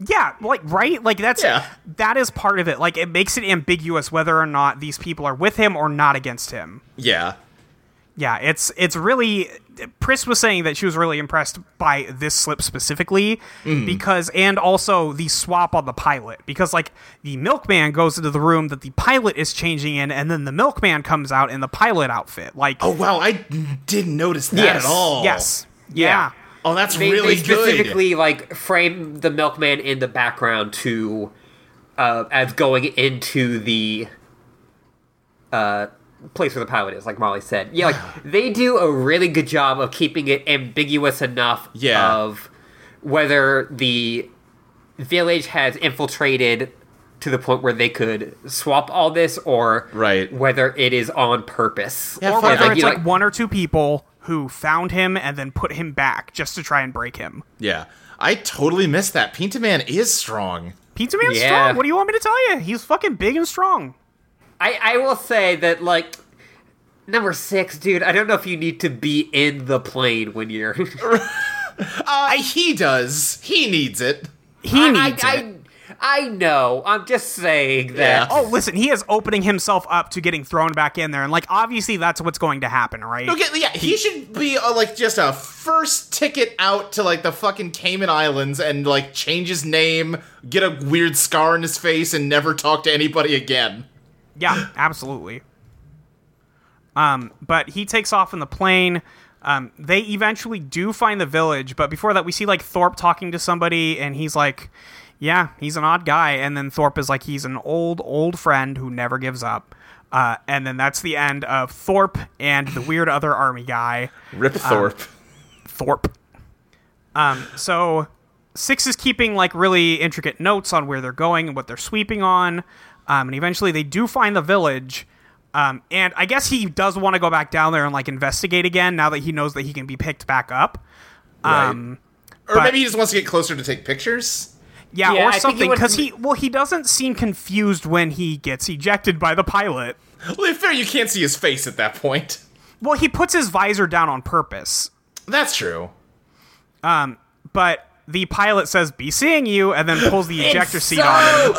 Speaker 2: Yeah, like right, like that's
Speaker 3: Yeah.
Speaker 2: that is part of it. Like it makes it ambiguous whether or not these people are with him or not against him.
Speaker 3: yeah
Speaker 2: Yeah, it's it's really. Pris was saying that she was really impressed by this slip specifically because, and also the swap on the pilot because, like, the milkman goes into the room that the pilot is changing in, and then the milkman comes out in the pilot outfit. Like,
Speaker 3: oh wow i didn't notice that
Speaker 1: Yes,
Speaker 3: at all
Speaker 2: yes,
Speaker 1: Yeah.
Speaker 2: yeah.
Speaker 3: oh that's
Speaker 1: they,
Speaker 3: really
Speaker 1: they
Speaker 3: good
Speaker 1: specifically like frame the milkman in the background to uh, as going into the uh, place where the pilot is like molly said yeah like they do a really good job of keeping it ambiguous enough
Speaker 3: Yeah.
Speaker 1: of whether the village has infiltrated to the point where they could swap all this or
Speaker 3: Right.
Speaker 1: whether it is on purpose
Speaker 3: Yeah,
Speaker 2: or
Speaker 3: fuck
Speaker 2: whether
Speaker 3: it.
Speaker 2: it's
Speaker 1: you,
Speaker 2: like, one or two people who found him and then put him back just to try and break him.
Speaker 3: Yeah. I totally missed that. Pintaman is strong.
Speaker 2: Pizza Man's
Speaker 1: Yeah.
Speaker 2: strong. What do you want me to tell you? He's fucking big and strong.
Speaker 1: I, I will say that like number six, dude. I don't know if you need to be in the plane when you're.
Speaker 3: Uh, he does. He needs it.
Speaker 2: He
Speaker 1: I,
Speaker 2: needs it.
Speaker 1: I, I know. I'm just saying that.
Speaker 3: Yeah.
Speaker 2: Oh, listen, he is opening himself up to getting thrown back in there, and like obviously that's what's going to happen, right?
Speaker 3: Okay, yeah, he should be uh, like just a first ticket out to like the fucking Cayman Islands and like change his name, get a weird scar on his face, and never talk to anybody again.
Speaker 2: Yeah, absolutely. Um, but he takes off in the plane. Um, they eventually do find the village, but before that, we see like Thorpe talking to somebody, and he's like, "Yeah, he's an odd guy." And then Thorpe is like, "He's an old, old friend who never gives up." Uh, and then that's the end of Thorpe and the weird other army guy.
Speaker 3: Rip Thorpe.
Speaker 2: Thorpe. Um, so Six is keeping like really intricate notes on where they're going and what they're sweeping on, um, and eventually they do find the village. Um, and I guess he does want to go back down there and like investigate again now that he knows that he can be picked back up. Um,
Speaker 3: or
Speaker 2: but-
Speaker 3: maybe he just wants to get closer to take pictures.
Speaker 2: yeah,
Speaker 1: Yeah, I
Speaker 2: or
Speaker 1: think he
Speaker 2: something
Speaker 1: would-
Speaker 2: because he well he doesn't seem confused when he gets ejected by the pilot.
Speaker 3: Well, if fair, you can't see his face at that point.
Speaker 2: Well, he puts his visor down on purpose,
Speaker 3: That's true.
Speaker 2: but the pilot says "Be seeing you" and then pulls the ejector seat on him.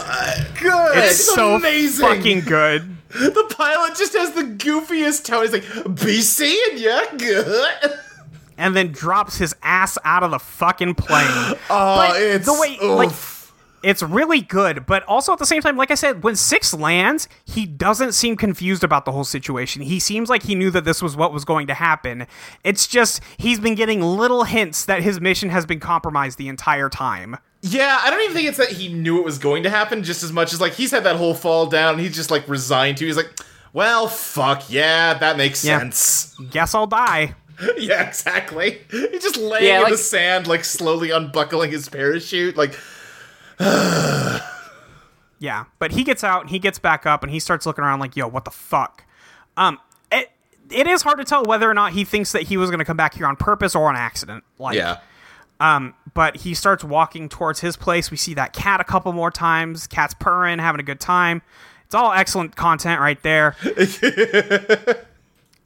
Speaker 3: Good.
Speaker 2: It's so fucking good.
Speaker 3: The pilot just has the goofiest tone. He's like, "Be seeing ya, good."
Speaker 2: and then drops his ass out of the fucking plane.
Speaker 3: Oh,
Speaker 2: But
Speaker 3: it's
Speaker 2: the way- like- it's really good, but also at the same time, like I said, when Six lands, he doesn't seem confused about the whole situation. He seems like he knew that this was what was going to happen. It's just he's been getting little hints that his mission has been compromised the entire time.
Speaker 3: Yeah, I don't even think it's that he knew it was going to happen, just as much as like he's had that whole fall down and he's just like resigned to. it. He's like, well, fuck yeah, that makes
Speaker 2: Yeah.
Speaker 3: sense.
Speaker 2: Guess I'll die.
Speaker 3: yeah, exactly. He's just laying
Speaker 1: Yeah,
Speaker 3: in the
Speaker 1: like-
Speaker 3: sand, like slowly unbuckling his parachute. Like,
Speaker 2: Yeah, but he gets out, and he gets back up, and he starts looking around like, "Yo, what the fuck?" Um, it it is hard to tell whether or not he thinks that he was going to come back here on purpose or on accident. Like,
Speaker 3: yeah,
Speaker 2: but he starts walking towards his place. We see that cat a couple more times. Cat's purring, having a good time. It's all excellent content right there. um,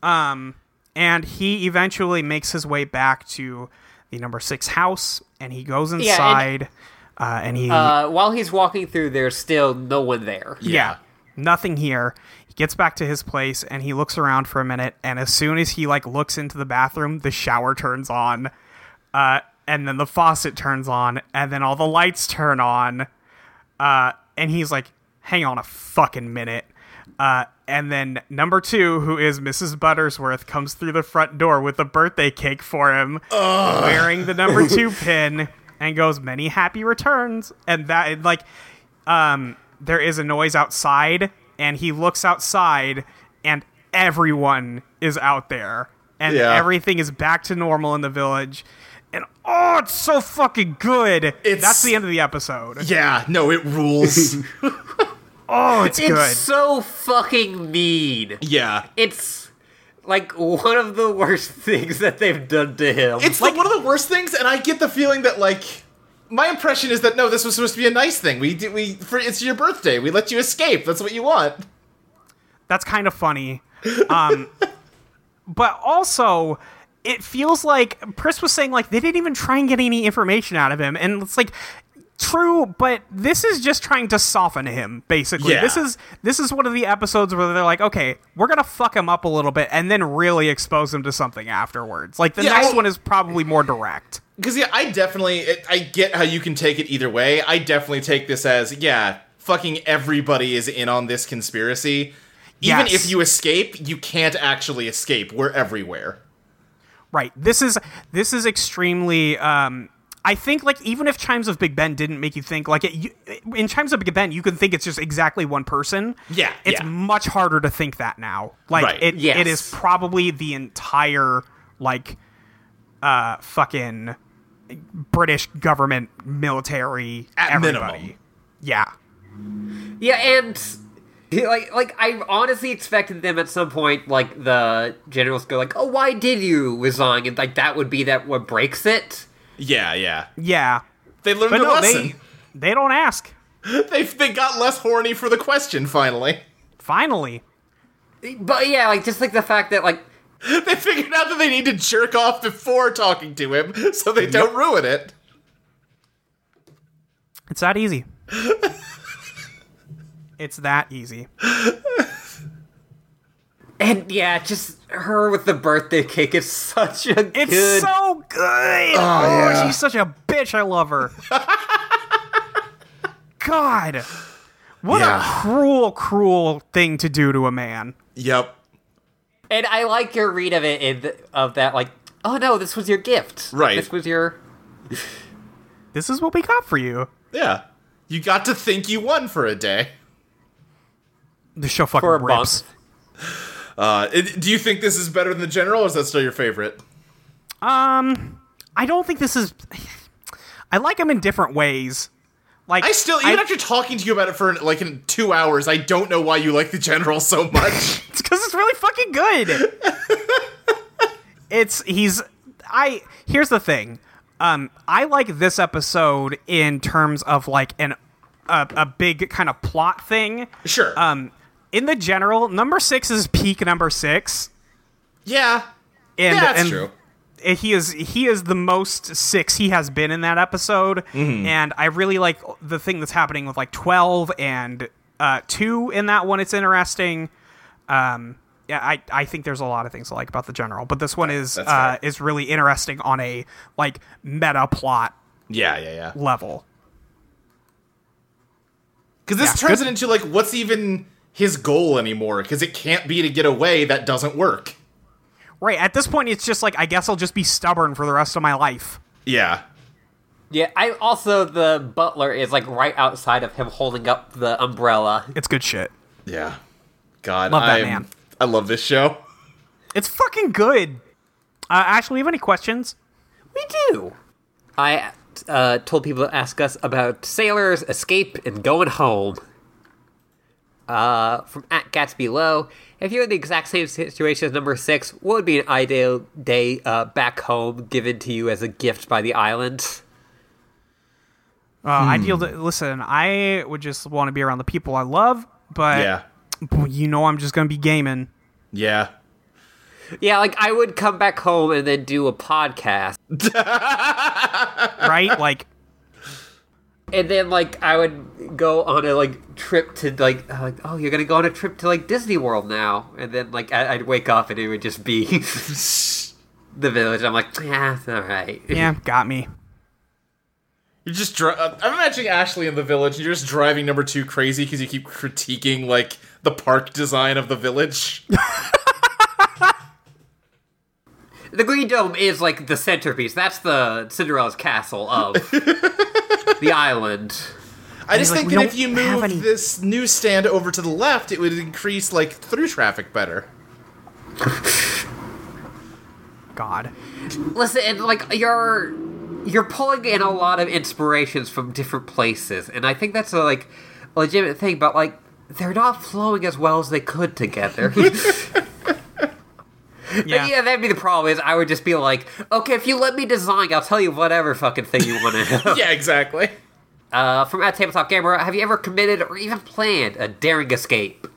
Speaker 2: and he eventually makes his way back to the number six house, and he goes
Speaker 1: and-
Speaker 2: inside, uh, and he
Speaker 1: Uh, while he's walking through, there's still no one there.
Speaker 2: yeah. Nothing here. He gets back to his place and he looks around for a minute and as soon as he like looks into the bathroom, the shower turns on. Uh and then the faucet turns on and then all the lights turn on. Uh and he's like, "Hang on a fucking minute." Uh and then number 2, who is Mrs. Buttersworth, comes through the front door with a birthday cake for him, wearing the number 2 pin and goes, "Many happy returns." And that like um, there is a noise outside, and he looks outside, and everyone is out there, and
Speaker 3: Yeah.
Speaker 2: everything is back to normal in the village. And oh, it's so fucking good.
Speaker 3: It's-
Speaker 2: That's the end of the episode.
Speaker 3: yeah. No, it rules.
Speaker 2: Oh, it's,
Speaker 1: It's
Speaker 2: good.
Speaker 1: so fucking mean.
Speaker 3: yeah,
Speaker 1: It's like one of the worst things that they've done to him.
Speaker 3: It's like, one of the worst things, and I get the feeling that like my impression is that no, this was supposed to be a nice thing. We did we for it's your birthday. We let you escape. That's what you want.
Speaker 2: That's kind of funny. Um, but also, it feels like Pris was saying like they didn't even try and get any information out of him, and it's like true, but this is just trying to soften him. Basically,
Speaker 3: Yeah.
Speaker 2: this is this is one of the episodes where they're like, okay, we're gonna fuck him up a little bit, and then really expose him to something afterwards. Like the
Speaker 3: Yeah,
Speaker 2: next
Speaker 3: I-
Speaker 2: one is probably more direct.
Speaker 3: Because yeah, I definitely it, I get how you can take it either way. I definitely take this as yeah, fucking everybody is in on this conspiracy. Even
Speaker 2: Yes.
Speaker 3: if you escape, you can't actually escape. We're everywhere.
Speaker 2: Right. This is this is extremely. Um, I think like even if Chimes of Big Ben didn't make you think like it, you, in Chimes of Big Ben you can think it's just exactly one person.
Speaker 3: Yeah,
Speaker 2: It's
Speaker 3: yeah.
Speaker 2: much harder to think that now. Like
Speaker 3: Right.
Speaker 2: it,
Speaker 1: Yes.
Speaker 2: it is probably the entire like, uh, fucking British government military
Speaker 3: At
Speaker 2: everybody.
Speaker 3: minimum.
Speaker 2: Yeah.
Speaker 1: Yeah, and like like I honestly expected them at some point, like the generals go like, "Oh, why did you resign?" And like that would be that what breaks it.
Speaker 3: Yeah, yeah.
Speaker 2: Yeah,
Speaker 3: They learned
Speaker 2: but
Speaker 3: a
Speaker 2: no,
Speaker 3: lesson.
Speaker 2: they they don't ask.
Speaker 3: They... they got less horny for the question finally.
Speaker 2: Finally,
Speaker 1: But yeah, like just like the fact that like
Speaker 3: They figured out that they need to jerk off before talking to him so they don't ruin it.
Speaker 2: it's that easy. it's that easy.
Speaker 1: and yeah, just her with the birthday cake is such a
Speaker 2: It's
Speaker 1: good
Speaker 2: so good. Oh, she's such a bitch. I love her. God, what
Speaker 3: Yeah.
Speaker 2: a cruel, cruel thing to do to a man.
Speaker 3: Yep.
Speaker 1: And I like your read of it in th- of that like oh no, this was your gift.
Speaker 3: Right.
Speaker 1: This was your
Speaker 2: This is what we got for you.
Speaker 3: Yeah. You got to think you won for a day.
Speaker 2: The show fucking
Speaker 1: for a
Speaker 2: rips.
Speaker 1: month.
Speaker 3: Uh, it- do you think this is better than the general, or is that still your favorite?
Speaker 2: Um, I don't think this is. I like them in different ways. Like
Speaker 3: I still, even after talking to you about it for like in two hours, I don't know why you like the general so much.
Speaker 2: it's because it's really fucking good. it's he's I. Here's the thing. Um, I like this episode in terms of like an a, a big kind of plot thing.
Speaker 3: sure.
Speaker 2: Um, in the general, number six is peak number six.
Speaker 3: yeah.
Speaker 2: And,
Speaker 3: yeah, that's
Speaker 2: and
Speaker 3: true.
Speaker 2: it- eh, he is he is the most six he has been in that episode
Speaker 3: Mm-hmm.
Speaker 2: and i really like the thing that's happening with like 12 and uh 2 in that one it's interesting um yeah i i think there's a lot of things i like about the general but this one is
Speaker 3: that's
Speaker 2: uh
Speaker 3: fair.
Speaker 2: is really interesting on a like meta plot
Speaker 3: Yeah, yeah, yeah.
Speaker 2: level
Speaker 3: Because this
Speaker 2: Yeah,
Speaker 3: turns
Speaker 2: good-
Speaker 3: it into like, what's even his goal anymore? Because it can't be to get away. That doesn't work.
Speaker 2: right at this point it's just like i guess i'll just be stubborn for the rest of my life
Speaker 3: Yeah.
Speaker 1: Yeah, I also the butler is like right outside of him holding up the umbrella.
Speaker 2: it's good shit
Speaker 3: Yeah. God,
Speaker 2: Love that
Speaker 3: I'm-
Speaker 2: man.
Speaker 3: I love this show.
Speaker 2: it's fucking good uh ashley you have any questions
Speaker 1: We do. I uh, told people to ask us about sailors, escape, and going home. Uh, from at Gatsby Low, if you're in the exact same situation as number six, what would be an ideal day uh, back home given to you as a gift by the island?
Speaker 2: Uh, Ideal. To, listen, I would just want to be around the people I love, but
Speaker 3: Yeah.
Speaker 2: you know, I'm just gonna be gaming.
Speaker 3: Yeah.
Speaker 1: Yeah, like I would come back home and then do a podcast,
Speaker 2: Right? like,
Speaker 1: and then like I would go on a like trip to like uh, like oh you're gonna go on a trip to like Disney World now, and then like I- I'd wake up and it would just be the village. I'm like yeah, it's all right.
Speaker 2: yeah, got me.
Speaker 3: You're just dri- uh, I'm imagining Ashley in the village. And you're just driving number two crazy because you keep critiquing like the park design of the village.
Speaker 1: The Green Dome is like the centerpiece. That's the Cinderella's castle of the island.
Speaker 3: I just
Speaker 2: like,
Speaker 3: think
Speaker 2: "We
Speaker 3: that
Speaker 2: don't
Speaker 3: if you
Speaker 2: have
Speaker 3: move
Speaker 2: any-
Speaker 3: this newsstand over to the left, it would increase like through traffic better.
Speaker 2: God.
Speaker 1: Listen, and like you're you're pulling in a lot of inspirations from different places, and I think that's a like legitimate thing. But like they're not flowing as well as they could together.
Speaker 2: Yeah.
Speaker 1: Yeah. that'd be the problem. Is I would just be like, okay, if you let me design, I'll tell you whatever fucking thing you want to.
Speaker 3: yeah, exactly.
Speaker 1: uh, from at tabletop gamer, have you ever committed or even planned a daring escape?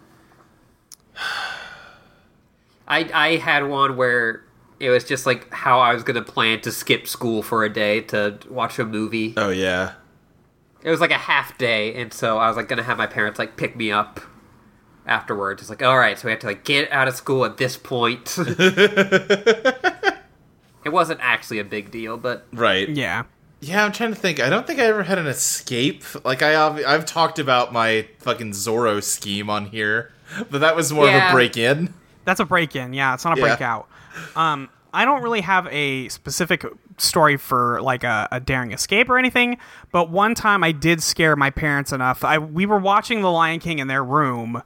Speaker 1: I I had one where it was just like how I was gonna plan to skip school for a day to watch a movie.
Speaker 3: Oh yeah.
Speaker 1: It was like a half day, and so I was like gonna have my parents like pick me up afterwards. It's like, all right, so we have to like get out of school at this point. it wasn't actually a big deal, but
Speaker 3: Right.
Speaker 2: Yeah.
Speaker 3: Yeah, I'm trying to think. I don't think I ever had an escape. Like I, obvi- I've talked about my fucking Zorro scheme on here, but that was more of
Speaker 1: Yeah.
Speaker 3: a break in.
Speaker 2: That's a break in. Yeah, it's not a
Speaker 3: Yeah.
Speaker 2: breakout. Um, I don't really have a specific story for like a, a daring escape or anything, but one time I did scare my parents enough. I we were watching The Lion King in their room.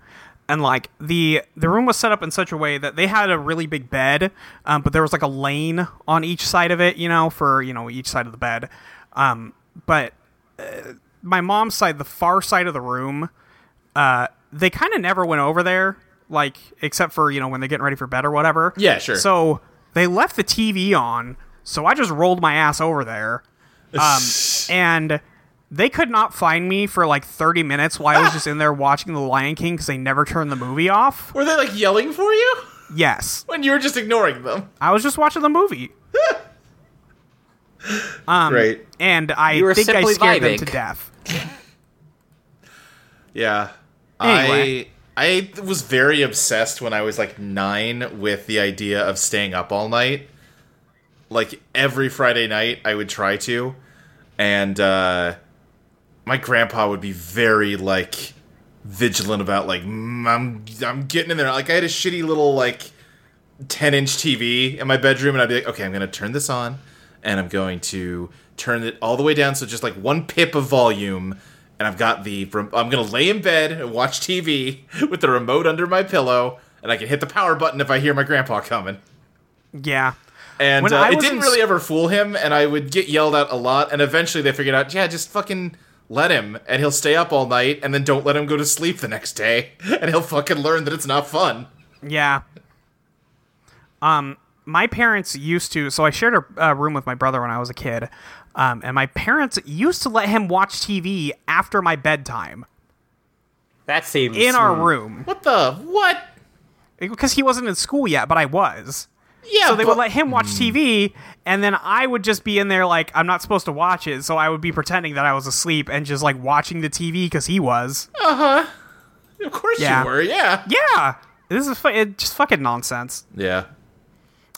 Speaker 2: And like the the room was set up in such a way that they had a really big bed, um, but there was like a lane on each side of it, you know, for you know each side of the bed. Um, but my mom's side, the far side of the room, uh, they kind of never went over there, like except for you know when they're getting ready for bed or whatever.
Speaker 3: Yeah, sure.
Speaker 2: So they left the TV on, So I just rolled my ass over there. Um, and they could not find me for like 30 minutes while I was just in there watching The Lion King because they never turned the movie off.
Speaker 3: Were they like yelling for you
Speaker 2: Yes.
Speaker 3: when you were just ignoring them?
Speaker 2: I was just watching the movie.
Speaker 3: Great.
Speaker 2: And I
Speaker 1: You were
Speaker 2: think I
Speaker 1: simply
Speaker 2: scared them
Speaker 1: vibing.
Speaker 2: to death.
Speaker 3: Yeah.
Speaker 2: Anyway.
Speaker 3: I I was very obsessed when I was like 9 with the idea of staying up all night. Like every Friday night I would try to and uh my grandpa would be very like vigilant about like "Mm, I'm I'm getting in there. Like I had a shitty little like 10 inch TV in my bedroom, and I'd be like, okay, I'm going to turn this on, and I'm going to turn it all the way down. So just like one pip of volume, and I've got the, rem- I'm going to lay in bed and watch TV with the remote under my pillow, and I can hit the power button if I hear my grandpa coming.
Speaker 2: Yeah.
Speaker 3: And
Speaker 2: When
Speaker 3: uh,
Speaker 2: I
Speaker 3: it
Speaker 2: was
Speaker 3: didn't
Speaker 2: in
Speaker 3: really
Speaker 2: s-
Speaker 3: ever fool him, and I would get yelled at a lot, and eventually they figured out, yeah, just fucking let him, and he'll stay up all night, and then don't let him go to sleep the next day, and he'll fucking learn that it's not fun.
Speaker 2: Yeah. Um, my parents used to. So I shared a, a room with my brother when I was a kid, um, and my parents used to let him watch TV after my bedtime
Speaker 1: That seems
Speaker 2: in our room
Speaker 3: What the? What?
Speaker 2: because he wasn't in school yet, but I was.
Speaker 3: Yeah,
Speaker 2: So they would
Speaker 3: but-
Speaker 2: let him watch TV, and then I would just be in there like I'm not supposed to watch it, so I would be pretending that I was asleep and just like watching the TV because he was.
Speaker 3: Of course
Speaker 2: Yeah.
Speaker 3: you were, yeah.
Speaker 2: Yeah, this is fu- it, just fucking nonsense.
Speaker 3: Yeah.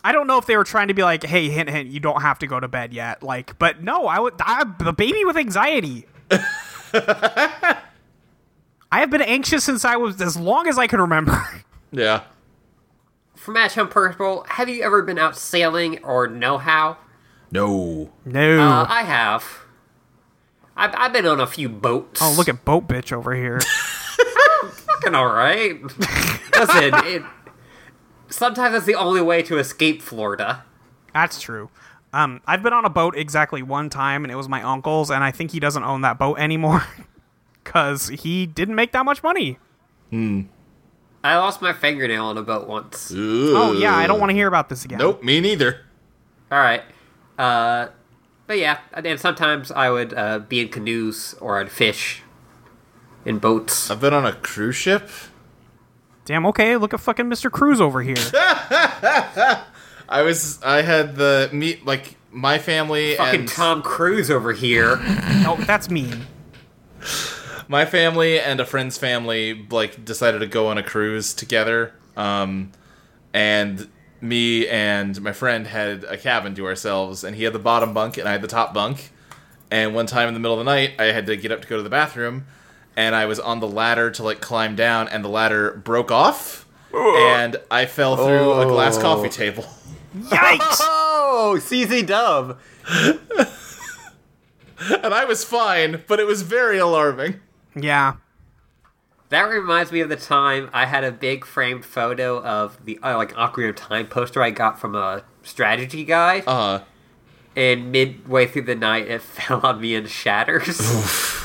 Speaker 2: I don't know if they were trying to be like, hey, hint, hint, you don't have to go to bed yet. Like, but no, I would, I, the baby with anxiety. I have been anxious since I was as long as I can remember.
Speaker 3: Yeah.
Speaker 1: From Match Home Purple, have you ever been out sailing or know how?
Speaker 3: No.
Speaker 2: no.
Speaker 1: Uh, I have. I've, I've been on a few boats.
Speaker 2: oh, look at boat bitch over here.
Speaker 1: fucking all right. Listen, it, sometimes that's the only way to escape Florida.
Speaker 2: That's true. Um, I've been on a boat exactly one time, and it was my uncle's, and I think he doesn't own that boat anymore because he didn't make that much money.
Speaker 1: I lost my fingernail on a boat once.
Speaker 2: Oh yeah, I don't want to hear about this again.
Speaker 3: Nope, me neither.
Speaker 1: All right. Uh, but yeah, and then sometimes I would uh, be in canoes or I'd fish in boats.
Speaker 3: I've been on a cruise ship.
Speaker 2: Damn. Okay, look at fucking Mr. Cruz over here.
Speaker 3: I was I had the me like my family
Speaker 1: Fucking
Speaker 3: and
Speaker 1: Tom Cruise over here.
Speaker 2: oh, that's mean.
Speaker 3: my family and a friend's family like decided to go on a cruise together. Um and me and my friend had a cabin to ourselves and he had the bottom bunk and I had the top bunk. And one time in the middle of the night, I had to get up to go to the bathroom, and I was on the ladder to like climb down, and the ladder broke off, and I fell through a glass coffee table.
Speaker 2: Yikes!
Speaker 1: Oh, CZ Dub.
Speaker 3: and I was fine, but it was very alarming.
Speaker 2: yeah.
Speaker 1: That reminds me of the time I had a big framed photo of the uh, like Ocarina of Time poster I got from a strategy guide,
Speaker 3: Uh,
Speaker 1: and midway through the night it fell on me and shatters.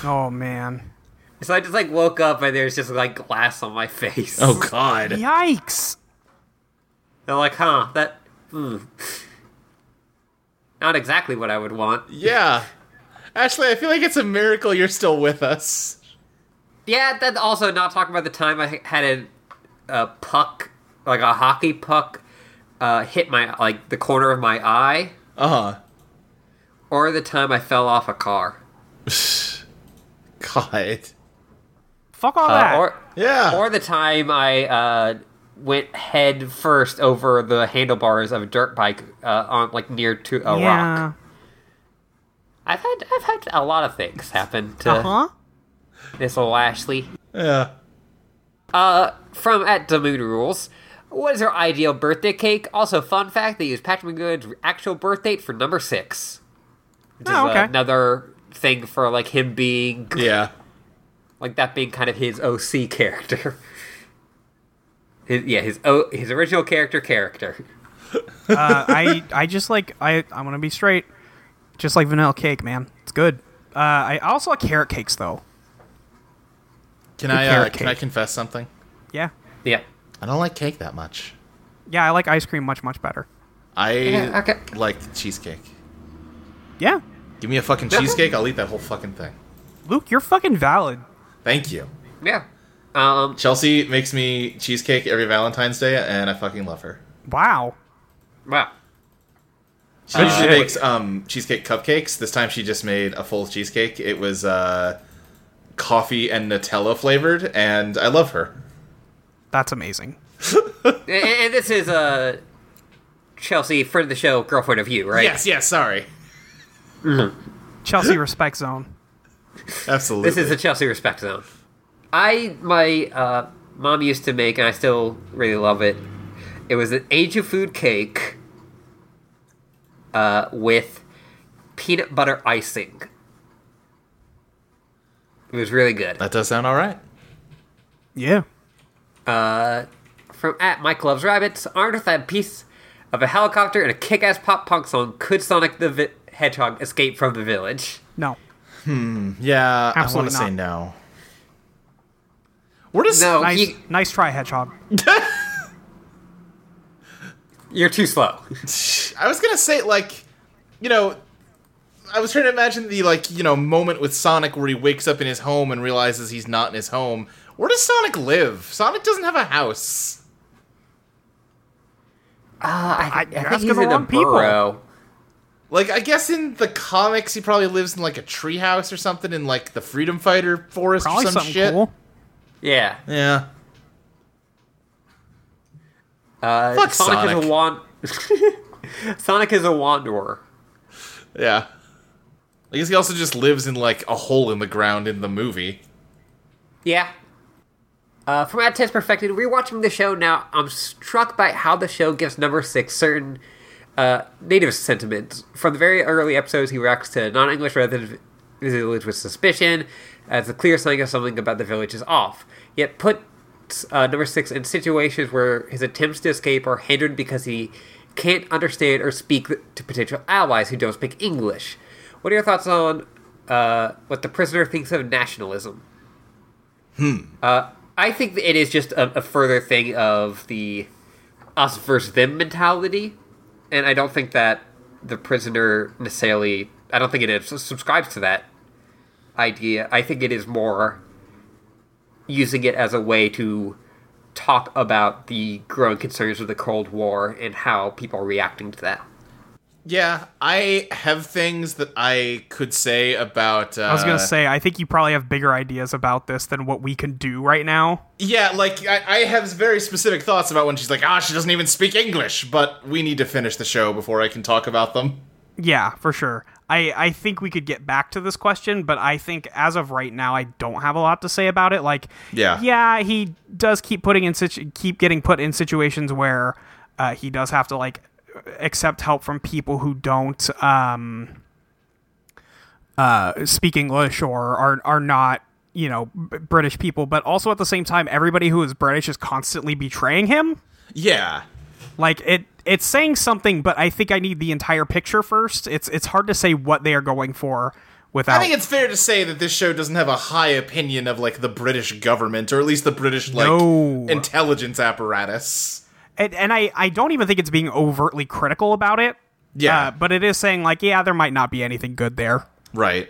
Speaker 2: Oh man.
Speaker 1: so I just like woke up and there's just like glass on my face.
Speaker 3: Oh, God.
Speaker 2: Yikes!
Speaker 1: They're like, huh, that. Hmm. Not exactly what I would want.
Speaker 3: Yeah, Ashley, I feel like it's a miracle you're still with us.
Speaker 1: Yeah, that also not talking about the time I had a, a puck, like a hockey puck, uh, hit my, like, the corner of my eye,
Speaker 3: Uh
Speaker 1: or the time I fell off a car.
Speaker 3: huh. God.
Speaker 2: Fuck all
Speaker 1: Uh,
Speaker 2: that.
Speaker 1: or,
Speaker 3: Yeah.
Speaker 1: or the time I uh, went head first over the handlebars of a dirt bike uh, on, like, near to a
Speaker 2: yeah.
Speaker 1: rock. I've had, I've had a lot of things happen to
Speaker 2: Uh huh.
Speaker 1: this little Ashley.
Speaker 3: yeah.
Speaker 1: Uh, from at the Moon Rules. What is your ideal birthday cake? Also, fun fact: they use Patrick McGood's actual birth date for number six. Which
Speaker 2: Oh, okay.
Speaker 1: another thing for like him being
Speaker 3: Yeah.
Speaker 1: like that being kind of his OC character. His, yeah, his o, his original character character.
Speaker 2: Uh, I I just like I I'm gonna be straight. Just like vanilla cake, man. It's good. Uh, I I also like carrot cakes though.
Speaker 3: Can I uh,
Speaker 2: carrot
Speaker 3: can I
Speaker 2: cake.
Speaker 3: confess something?
Speaker 2: Yeah.
Speaker 1: Yeah.
Speaker 3: I don't like cake that much.
Speaker 2: Yeah, I like ice cream much much better.
Speaker 3: I
Speaker 1: Yeah, okay.
Speaker 3: like cheesecake.
Speaker 2: Yeah,
Speaker 3: Give me a fucking cheesecake, I'll eat that whole fucking thing.
Speaker 2: Luke, you're fucking valid.
Speaker 3: Thank you.
Speaker 1: Yeah. Um,
Speaker 3: Chelsea makes me cheesecake every Valentine's Day, and I fucking love her.
Speaker 2: Wow.
Speaker 1: wow.
Speaker 3: She
Speaker 2: Good
Speaker 3: usually
Speaker 2: shit.
Speaker 3: makes um, cheesecake cupcakes. This time she just made a full cheesecake. It was uh, coffee and Nutella flavored, and I love her.
Speaker 2: That's amazing.
Speaker 1: And, and this is uh, Chelsea, friend of the show, girlfriend of you, right?
Speaker 3: Yes, yes, sorry.
Speaker 2: Chelsea respect zone.
Speaker 3: Absolutely.
Speaker 1: This is the Chelsea respect zone. I my uh, mom used to make, and I still really love it. It was an age of food cake uh, with peanut butter icing. It was really good.
Speaker 3: that does sound all right.
Speaker 2: Yeah.
Speaker 1: From at Mike Loves Rabbits, armed with a piece of a helicopter and a kick-ass pop punk song, could Sonic the vi- Hedgehog escape from the village?
Speaker 2: No.
Speaker 3: Yeah, I want
Speaker 2: Absolutely
Speaker 3: to say
Speaker 2: not.
Speaker 3: no. Where does
Speaker 1: No,
Speaker 2: Nice,
Speaker 1: he-
Speaker 2: nice try, Hedgehog.
Speaker 1: you're too slow.
Speaker 3: I was gonna say like, you know, I was trying to imagine the like you know moment with Sonic where he wakes up in his home and realizes he's not in his home. Where does Sonic live? Sonic doesn't have a house.
Speaker 1: I, I
Speaker 2: you're
Speaker 1: think
Speaker 2: asking
Speaker 1: he's
Speaker 2: the
Speaker 1: in a
Speaker 2: wrong people.
Speaker 1: burrow.
Speaker 3: Like I guess in the comics he probably lives in like a treehouse or something in like the Freedom Fighter forest
Speaker 2: Probably
Speaker 3: or some
Speaker 2: something
Speaker 3: shit.
Speaker 2: cool.
Speaker 1: Yeah.
Speaker 3: Yeah.
Speaker 1: Uh,
Speaker 3: Fuck
Speaker 1: is
Speaker 3: Sonic.
Speaker 1: a wand. Sonic is a wanderer.
Speaker 3: Yeah. I guess he also just lives in like a hole in the ground in the movie.
Speaker 1: Yeah. Uh, from Ad 10's perspective, rewatching the show now, I'm struck by how the show gives number six certain uh, native sentiments. From the very early episodes, he reacts to non English rather than the village with suspicion, as a clear sign of something about the village is off. Yet puts uh, number six in situations where his attempts to escape are hindered because he can't understand or speak to potential allies who don't speak English. What are your thoughts on uh, what the prisoner thinks of nationalism? I think that it is just a, a further thing of the us versus them mentality, and I don't think that the prisoner necessarily. I don't think it is, subscribes to that idea. I think it is more using it as a way to talk about the growing concerns of the Cold War and how people are reacting to that.
Speaker 3: Yeah, I have things that I could say about. Uh,
Speaker 2: I was gonna say, I think you probably have bigger ideas about this than what we can do right now.
Speaker 3: Yeah, like I, I have very specific thoughts about when she's like, ah, she doesn't even speak English. But we need to finish the show before I can talk about them.
Speaker 2: Yeah, for sure. I, I think we could get back to this question, but I think as of right now, I don't have a lot to say about it. Like,
Speaker 3: Yeah.
Speaker 2: yeah, he does keep putting in situ- keep getting put in situations where uh, he does have to like accept help from people who don't um, uh, speak English or are are not you know b- British people. But also at the same time, everybody who is British is constantly betraying him.
Speaker 3: Yeah,
Speaker 2: Like it it's saying something, but I think I need the entire picture first. It's it's hard to say what they are going for without
Speaker 3: I think it's fair to say that this show doesn't have a high opinion of like the British government or at least the British like
Speaker 2: No.
Speaker 3: intelligence apparatus.
Speaker 2: and, and I, I don't even think it's being overtly critical about it.
Speaker 3: Yeah.
Speaker 2: Uh, but it is saying like, yeah, there might not be anything good there.
Speaker 3: Right.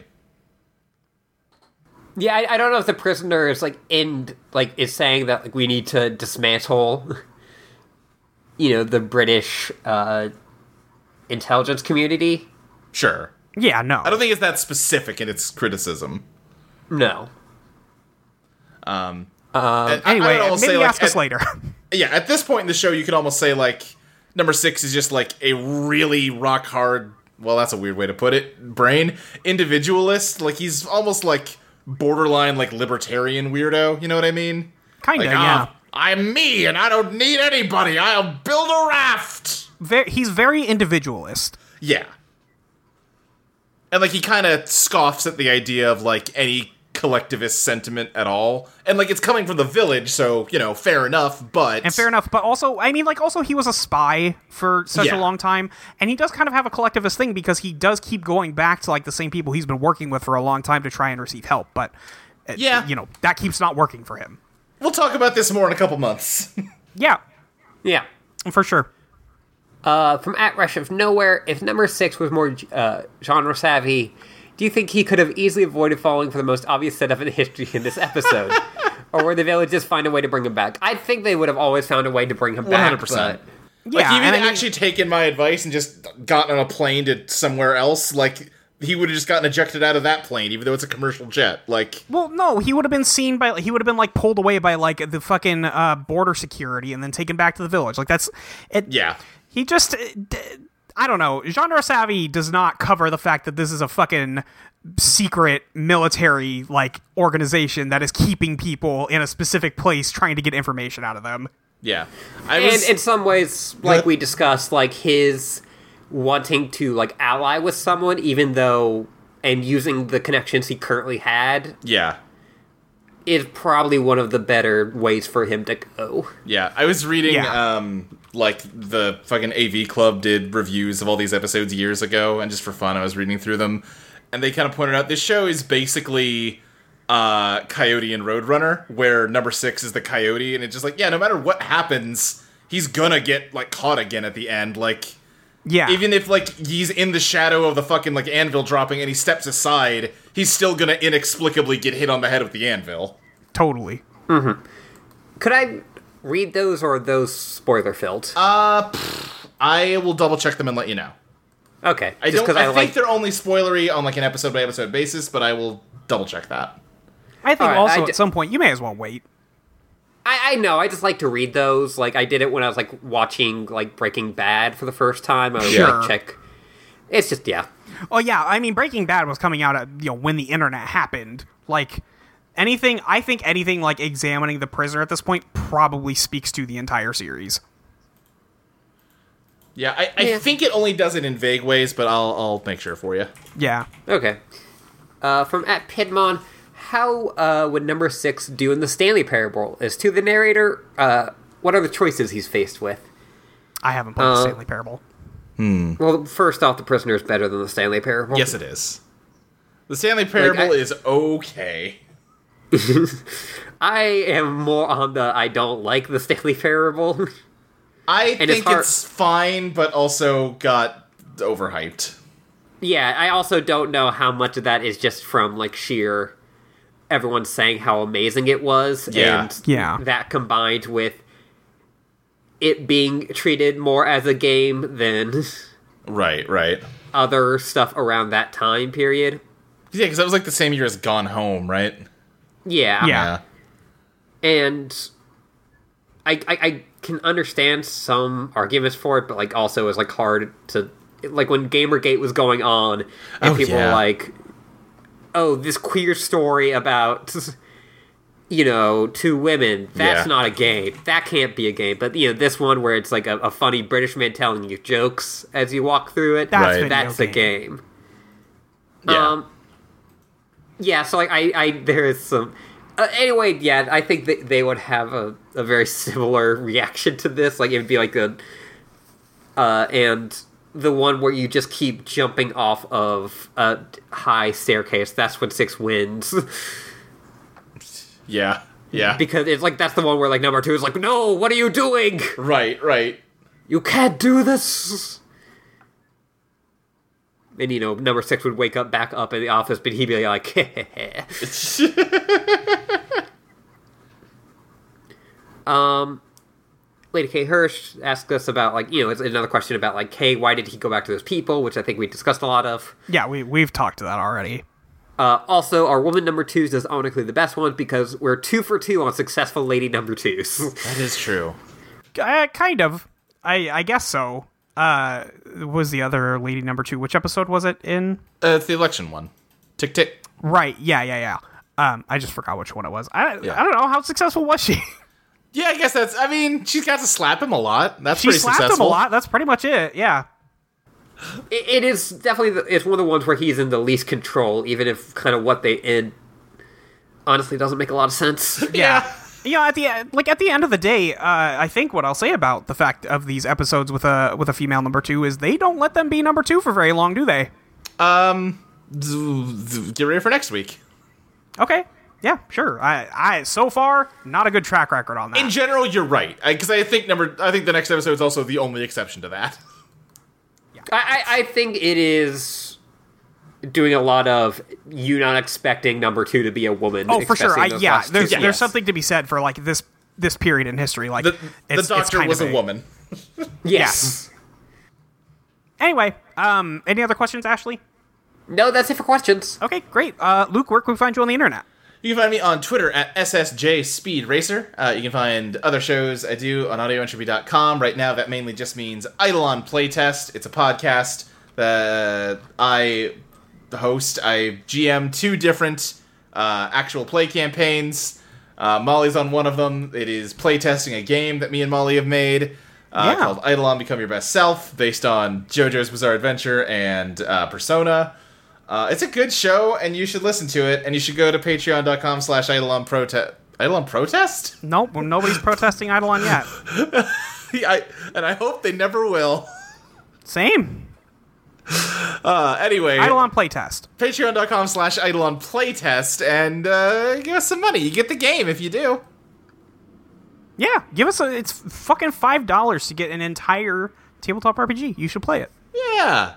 Speaker 1: Yeah, I, I don't know if the prisoner is like in like is saying that like we need to dismantle, you know, the British uh, intelligence community.
Speaker 3: Sure.
Speaker 2: Yeah, no.
Speaker 3: I don't think it's that specific in its criticism.
Speaker 1: No,
Speaker 3: Um. and I- I would
Speaker 2: anyway, maybe
Speaker 3: almost say, like,
Speaker 2: ask us
Speaker 3: at-
Speaker 2: later.
Speaker 3: yeah, at this point in the show, you could almost say like number six is just like a really rock hard. Well, that's a weird way to put it. Brain individualist, like he's almost like borderline like libertarian weirdo. You know what I mean?
Speaker 2: Kinda,
Speaker 3: Like,
Speaker 2: yeah.
Speaker 3: "Ah, I'm me, and I don't need anybody. I'll build a raft.
Speaker 2: Ve- he's very individualist.
Speaker 3: Yeah. And like he kind of scoffs at the idea of like any collectivist sentiment at all. And like it's coming from the village, so, you know, fair enough, but
Speaker 2: And fair enough, but also, I mean, like, also he was a spy for such
Speaker 3: Yeah.
Speaker 2: a long time, and he does kind of have a collectivist thing because he does keep going back to like the same people he's been working with for a long time to try and receive help. But uh,
Speaker 3: Yeah.
Speaker 2: you know that keeps not working for him.
Speaker 3: We'll talk about this more in a couple months.
Speaker 2: Yeah,
Speaker 1: yeah,
Speaker 2: for sure.
Speaker 1: Uh, from At Rush of Nowhere, if number six was more uh, genre savvy, do you think he could have easily avoided falling for the most obvious setup in history in this episode? or were they able to just find a way to bring him back? I think they would have always found a way to bring him back.
Speaker 3: 100%.
Speaker 1: but-
Speaker 3: Like,
Speaker 2: Yeah,
Speaker 3: if
Speaker 2: and
Speaker 3: he'd
Speaker 2: I mean-
Speaker 3: actually taken my advice and just gotten on a plane to somewhere else, like, he would have just gotten ejected out of that plane, even though it's a commercial jet. Like,
Speaker 2: Well, no, he would have been seen by he would have been like pulled away by like the fucking uh, border security and then taken back to the village. Like that's it.
Speaker 3: yeah.
Speaker 2: he just uh, d- I don't know. Genre savvy does not cover the fact that this is a fucking secret military like organization that is keeping people in a specific place trying to get information out of them.
Speaker 3: Yeah. I
Speaker 1: and
Speaker 3: was,
Speaker 1: in some ways like
Speaker 3: Good.
Speaker 1: we discussed like his wanting to like ally with someone even though and using the connections he currently had
Speaker 3: yeah.
Speaker 1: is probably one of the better ways for him to go
Speaker 3: Yeah, I was reading
Speaker 2: Yeah.
Speaker 3: um like the fucking AV Club did reviews of all these episodes years ago and just for fun I was reading through them and they kind of pointed out this show is basically uh Coyote and Roadrunner where number 6 is the coyote and it's just like yeah, no matter what happens, he's gonna get like caught again at the end like
Speaker 2: Yeah.
Speaker 3: even if like he's in the shadow of the fucking like anvil dropping and he steps aside, he's still gonna inexplicably get hit on the head with the anvil.
Speaker 2: totally.
Speaker 1: could i read those or are those spoiler filled
Speaker 3: Uh, I will double check them and let you know.
Speaker 1: okay
Speaker 3: I
Speaker 1: just
Speaker 3: don't.
Speaker 1: because
Speaker 3: I,
Speaker 1: i,
Speaker 3: think
Speaker 1: like
Speaker 3: they're only spoilery on like an episode by episode basis, but I will double check that.
Speaker 2: I think
Speaker 1: Alright,
Speaker 2: also
Speaker 1: I
Speaker 2: at
Speaker 1: d-
Speaker 2: some point you may as well wait.
Speaker 1: I, I know i just like to read those like i did it when i was like watching like breaking bad for the first time i would
Speaker 2: Sure.
Speaker 1: like check it's just yeah
Speaker 2: Oh yeah, I mean Breaking Bad was coming out at you know when the internet happened. Like anything, I think anything like examining the prisoner at this point probably speaks to the entire series.
Speaker 3: Yeah, I, I
Speaker 1: Yeah.
Speaker 3: think it only does it in vague ways, but I'll I'll make sure for you.
Speaker 2: Yeah.
Speaker 1: Okay. Uh, from at Pidmon, how uh, would number six do in the Stanley Parable? As to the narrator, uh, what are the choices he's faced with?
Speaker 2: I haven't played
Speaker 1: Uh-huh.
Speaker 2: the Stanley Parable.
Speaker 1: Well, first off, the prisoner is better than the Stanley Parable.
Speaker 3: Yes, it is. The Stanley Parable
Speaker 1: I-
Speaker 3: is okay.
Speaker 1: I am more on the I don't like the Stanley Parable.
Speaker 3: I
Speaker 1: it's
Speaker 3: think
Speaker 1: hard-
Speaker 3: it's fine, but also got overhyped.
Speaker 1: yeah, I also don't know how much of that is just from like sheer everyone saying how amazing it was,
Speaker 3: Yeah.
Speaker 1: and
Speaker 2: Yeah.
Speaker 1: that combined with it being treated more as a game than
Speaker 3: Right, right.
Speaker 1: other stuff around that time period.
Speaker 3: Yeah, because that was like the same year as Gone Home, right?
Speaker 1: Yeah.
Speaker 2: Yeah.
Speaker 1: And I, I I can understand some arguments for it, but like also it's like hard to like when Gamergate was going on and
Speaker 3: Oh,
Speaker 1: people
Speaker 3: yeah.
Speaker 1: were like Oh, this queer story about you know, two women, that's
Speaker 3: Yeah.
Speaker 1: not a game. That can't be a game. But you know, this one where it's like a, a funny British man telling you jokes as you walk through it.
Speaker 2: That's
Speaker 3: Right.
Speaker 1: that's
Speaker 2: video
Speaker 1: a game.
Speaker 3: Yeah.
Speaker 1: Um, yeah, so like I, I there is some. Uh, anyway, yeah, I think that they would have a, a very similar reaction to this. Like it'd be like a, uh, and the one where you just keep jumping off of a high staircase. That's when six wins
Speaker 3: Yeah. Yeah.
Speaker 1: because it's like that's the one where like number two is like, no, what are you doing?
Speaker 3: right, right.
Speaker 1: You can't do this. And you know, number six would wake up back up in the office, but he'd be like, Um, Lady K. Hirsch asked us about, like, you know, it's another question about, like, hey, why did he go back to those people, which I think we discussed a lot of.
Speaker 2: Yeah, we we've talked to that already.
Speaker 1: Uh, also, our woman number twos is ironically the best one because we're two for two on successful lady number twos.
Speaker 3: That is true.
Speaker 2: Uh, kind of. I I guess so. Uh, was the other lady number two? Which episode was it in?
Speaker 3: Uh, it's the election one. Tick tick.
Speaker 2: Right. Yeah. Yeah. Yeah. Um, I just forgot which one it was. I
Speaker 3: Yeah.
Speaker 2: I don't know how successful was she.
Speaker 3: Yeah, I guess that's. I mean, she's got to slap him a lot. That's
Speaker 2: she
Speaker 3: pretty
Speaker 2: slapped
Speaker 3: successful.
Speaker 2: him a lot. That's pretty much it. Yeah.
Speaker 1: it, it is definitely the, it's one of the ones where he's in the least control, even if kind of what they end honestly doesn't make a lot of sense.
Speaker 3: yeah.
Speaker 2: you know, at the end- like at the end of the day, uh, I think what I'll say about the fact of these episodes with a with a female number two is they don't let them be number two for very long, do they?
Speaker 3: Z- z- Get ready for next week.
Speaker 2: Okay, yeah, sure. I I so far not a good track record on that.
Speaker 3: In general, you're right because I think number. I think the next episode is also the only exception to that.
Speaker 1: I, I I think it is doing a lot of you not expecting number two to be a woman.
Speaker 2: Oh, for sure.
Speaker 1: especially
Speaker 2: I,
Speaker 1: in those
Speaker 2: yeah,
Speaker 1: last two
Speaker 2: there's
Speaker 1: scenes.
Speaker 2: there's something to be said for like this this period in history. Like
Speaker 3: The, the
Speaker 2: it's- it's
Speaker 3: doctor
Speaker 2: kind
Speaker 3: was
Speaker 2: of
Speaker 3: a woman.
Speaker 1: Yes.
Speaker 2: Anyway, um, any other questions, Ashley? Mm-hmm.
Speaker 1: No, that's it for questions.
Speaker 2: Okay, great. Uh, Luke, where can we find you on the internet?
Speaker 3: You can find me on Twitter at SSJ Speed Racer. Uh, you can find other shows I do on audioentropy.com. Right now, that mainly just means Eidolon Playtest. It's a podcast that I host. I GM two different uh, actual play campaigns. Uh, Molly's on one of them. It is playtesting a game that me and Molly have made uh,
Speaker 2: Yeah.
Speaker 3: called Eidolon Become Your Best Self, based on JoJo's Bizarre Adventure and uh, Persona. Uh, it's a good show, and you should listen to it. And you should go to patreon.com slash Eidolon Protest. Eidolon Protest?
Speaker 2: Nope, well, nobody's protesting Eidolon yet.
Speaker 3: I, and I hope they never will.
Speaker 2: Same.
Speaker 3: Uh, anyway,
Speaker 2: Eidolon playtest.
Speaker 3: patreon.com slash Eidolon Playtest, and uh, give us some money. You get the game if you do.
Speaker 2: Yeah, give us a. It's fucking five dollars to get an entire tabletop RPG. You should play it.
Speaker 3: Yeah.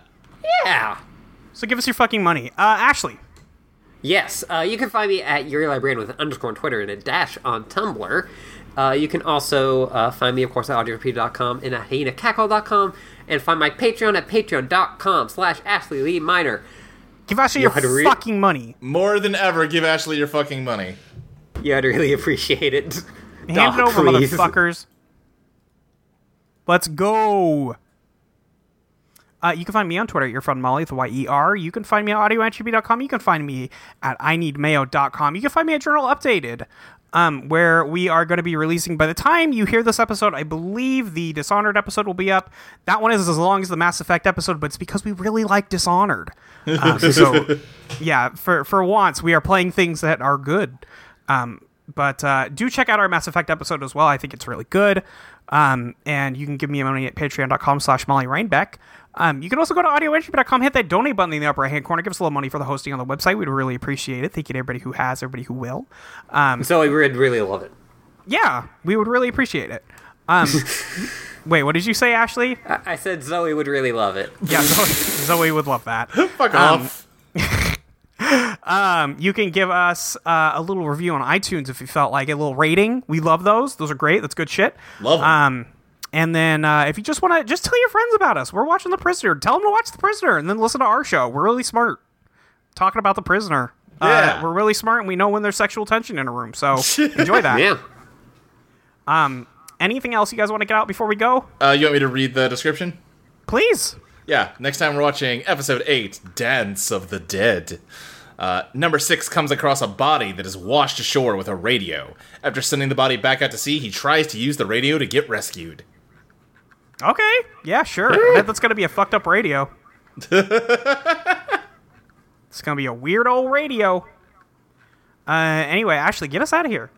Speaker 1: Yeah.
Speaker 2: So give us your fucking money, uh, Ashley.
Speaker 1: Yes, uh, you can find me at Yuri Librarian with an underscore on Twitter and a dash on Tumblr. Uh, you can also uh, find me, of course, at audiorepeater.com and at hyenacackle.com, and find my Patreon at patreon.com slash Ashley Lee Minor.
Speaker 2: Give Ashley
Speaker 1: You
Speaker 2: your
Speaker 1: had to read-
Speaker 2: fucking money.
Speaker 3: More than ever, give Ashley your fucking money.
Speaker 1: Yeah, I'd really appreciate it.
Speaker 2: Hand it
Speaker 1: Doc,
Speaker 2: over,
Speaker 1: please.
Speaker 2: motherfuckers. Let's go. Uh, you can find me on Twitter at your friend Molly with a Y-E-R. You can find me at audioentropy.com. You can find me at ineedmayo.com. You can find me at Journal Updated, um, where we are going to be releasing, by the time you hear this episode, I believe the Dishonored episode will be up. That one is as long as the Mass Effect episode, but it's because we really like Dishonored. Um, so, yeah, for, for once, we are playing things that are good. Um, but uh, do check out our Mass Effect episode as well. I think it's really good. Um, and you can give me money at patreon.com slash Molly Reinbeck. Um, you can also go to audioentropy.com, hit that donate button in the upper right hand corner. Give us a little money for the hosting on the website. We'd really appreciate it. Thank you to everybody who has, everybody who will.
Speaker 1: So I would really love it.
Speaker 2: Yeah, we would really appreciate it. Um, wait, what did you say, Ashley?
Speaker 1: I, I said Zoe would really love it.
Speaker 2: Yeah, Zoe, Zoe would love that.
Speaker 3: Fuck off.
Speaker 2: Um, you can give us uh, a little review on iTunes if you felt like it, a little rating. We love those. Those are great. That's good shit.
Speaker 3: Love 'em.
Speaker 2: Um, and then uh, if you just want to, just tell your friends about us. We're watching The Prisoner. Tell them to watch The Prisoner and then listen to our show. We're really smart talking about The Prisoner. Uh,
Speaker 3: Yeah.
Speaker 2: we're really smart and we know when there's sexual tension in a room. So enjoy that.
Speaker 1: Yeah.
Speaker 2: Anything else you guys want to get out before we go?
Speaker 3: Uh, you want me to read the description?
Speaker 2: Please.
Speaker 3: Yeah, next time we're watching episode 8 Dance of the Dead. Uh, number 6 comes across a body that is washed ashore with a radio. After sending the body back out to sea, he tries to use the radio to get rescued.
Speaker 2: Okay. Yeah, sure. I bet that's going to be a fucked up radio. it's going to be a weird old radio. Uh, anyway, Ashley, get us out of here.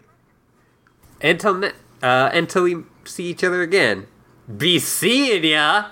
Speaker 1: Until, ne- uh, until we see each other again. Be seeing ya!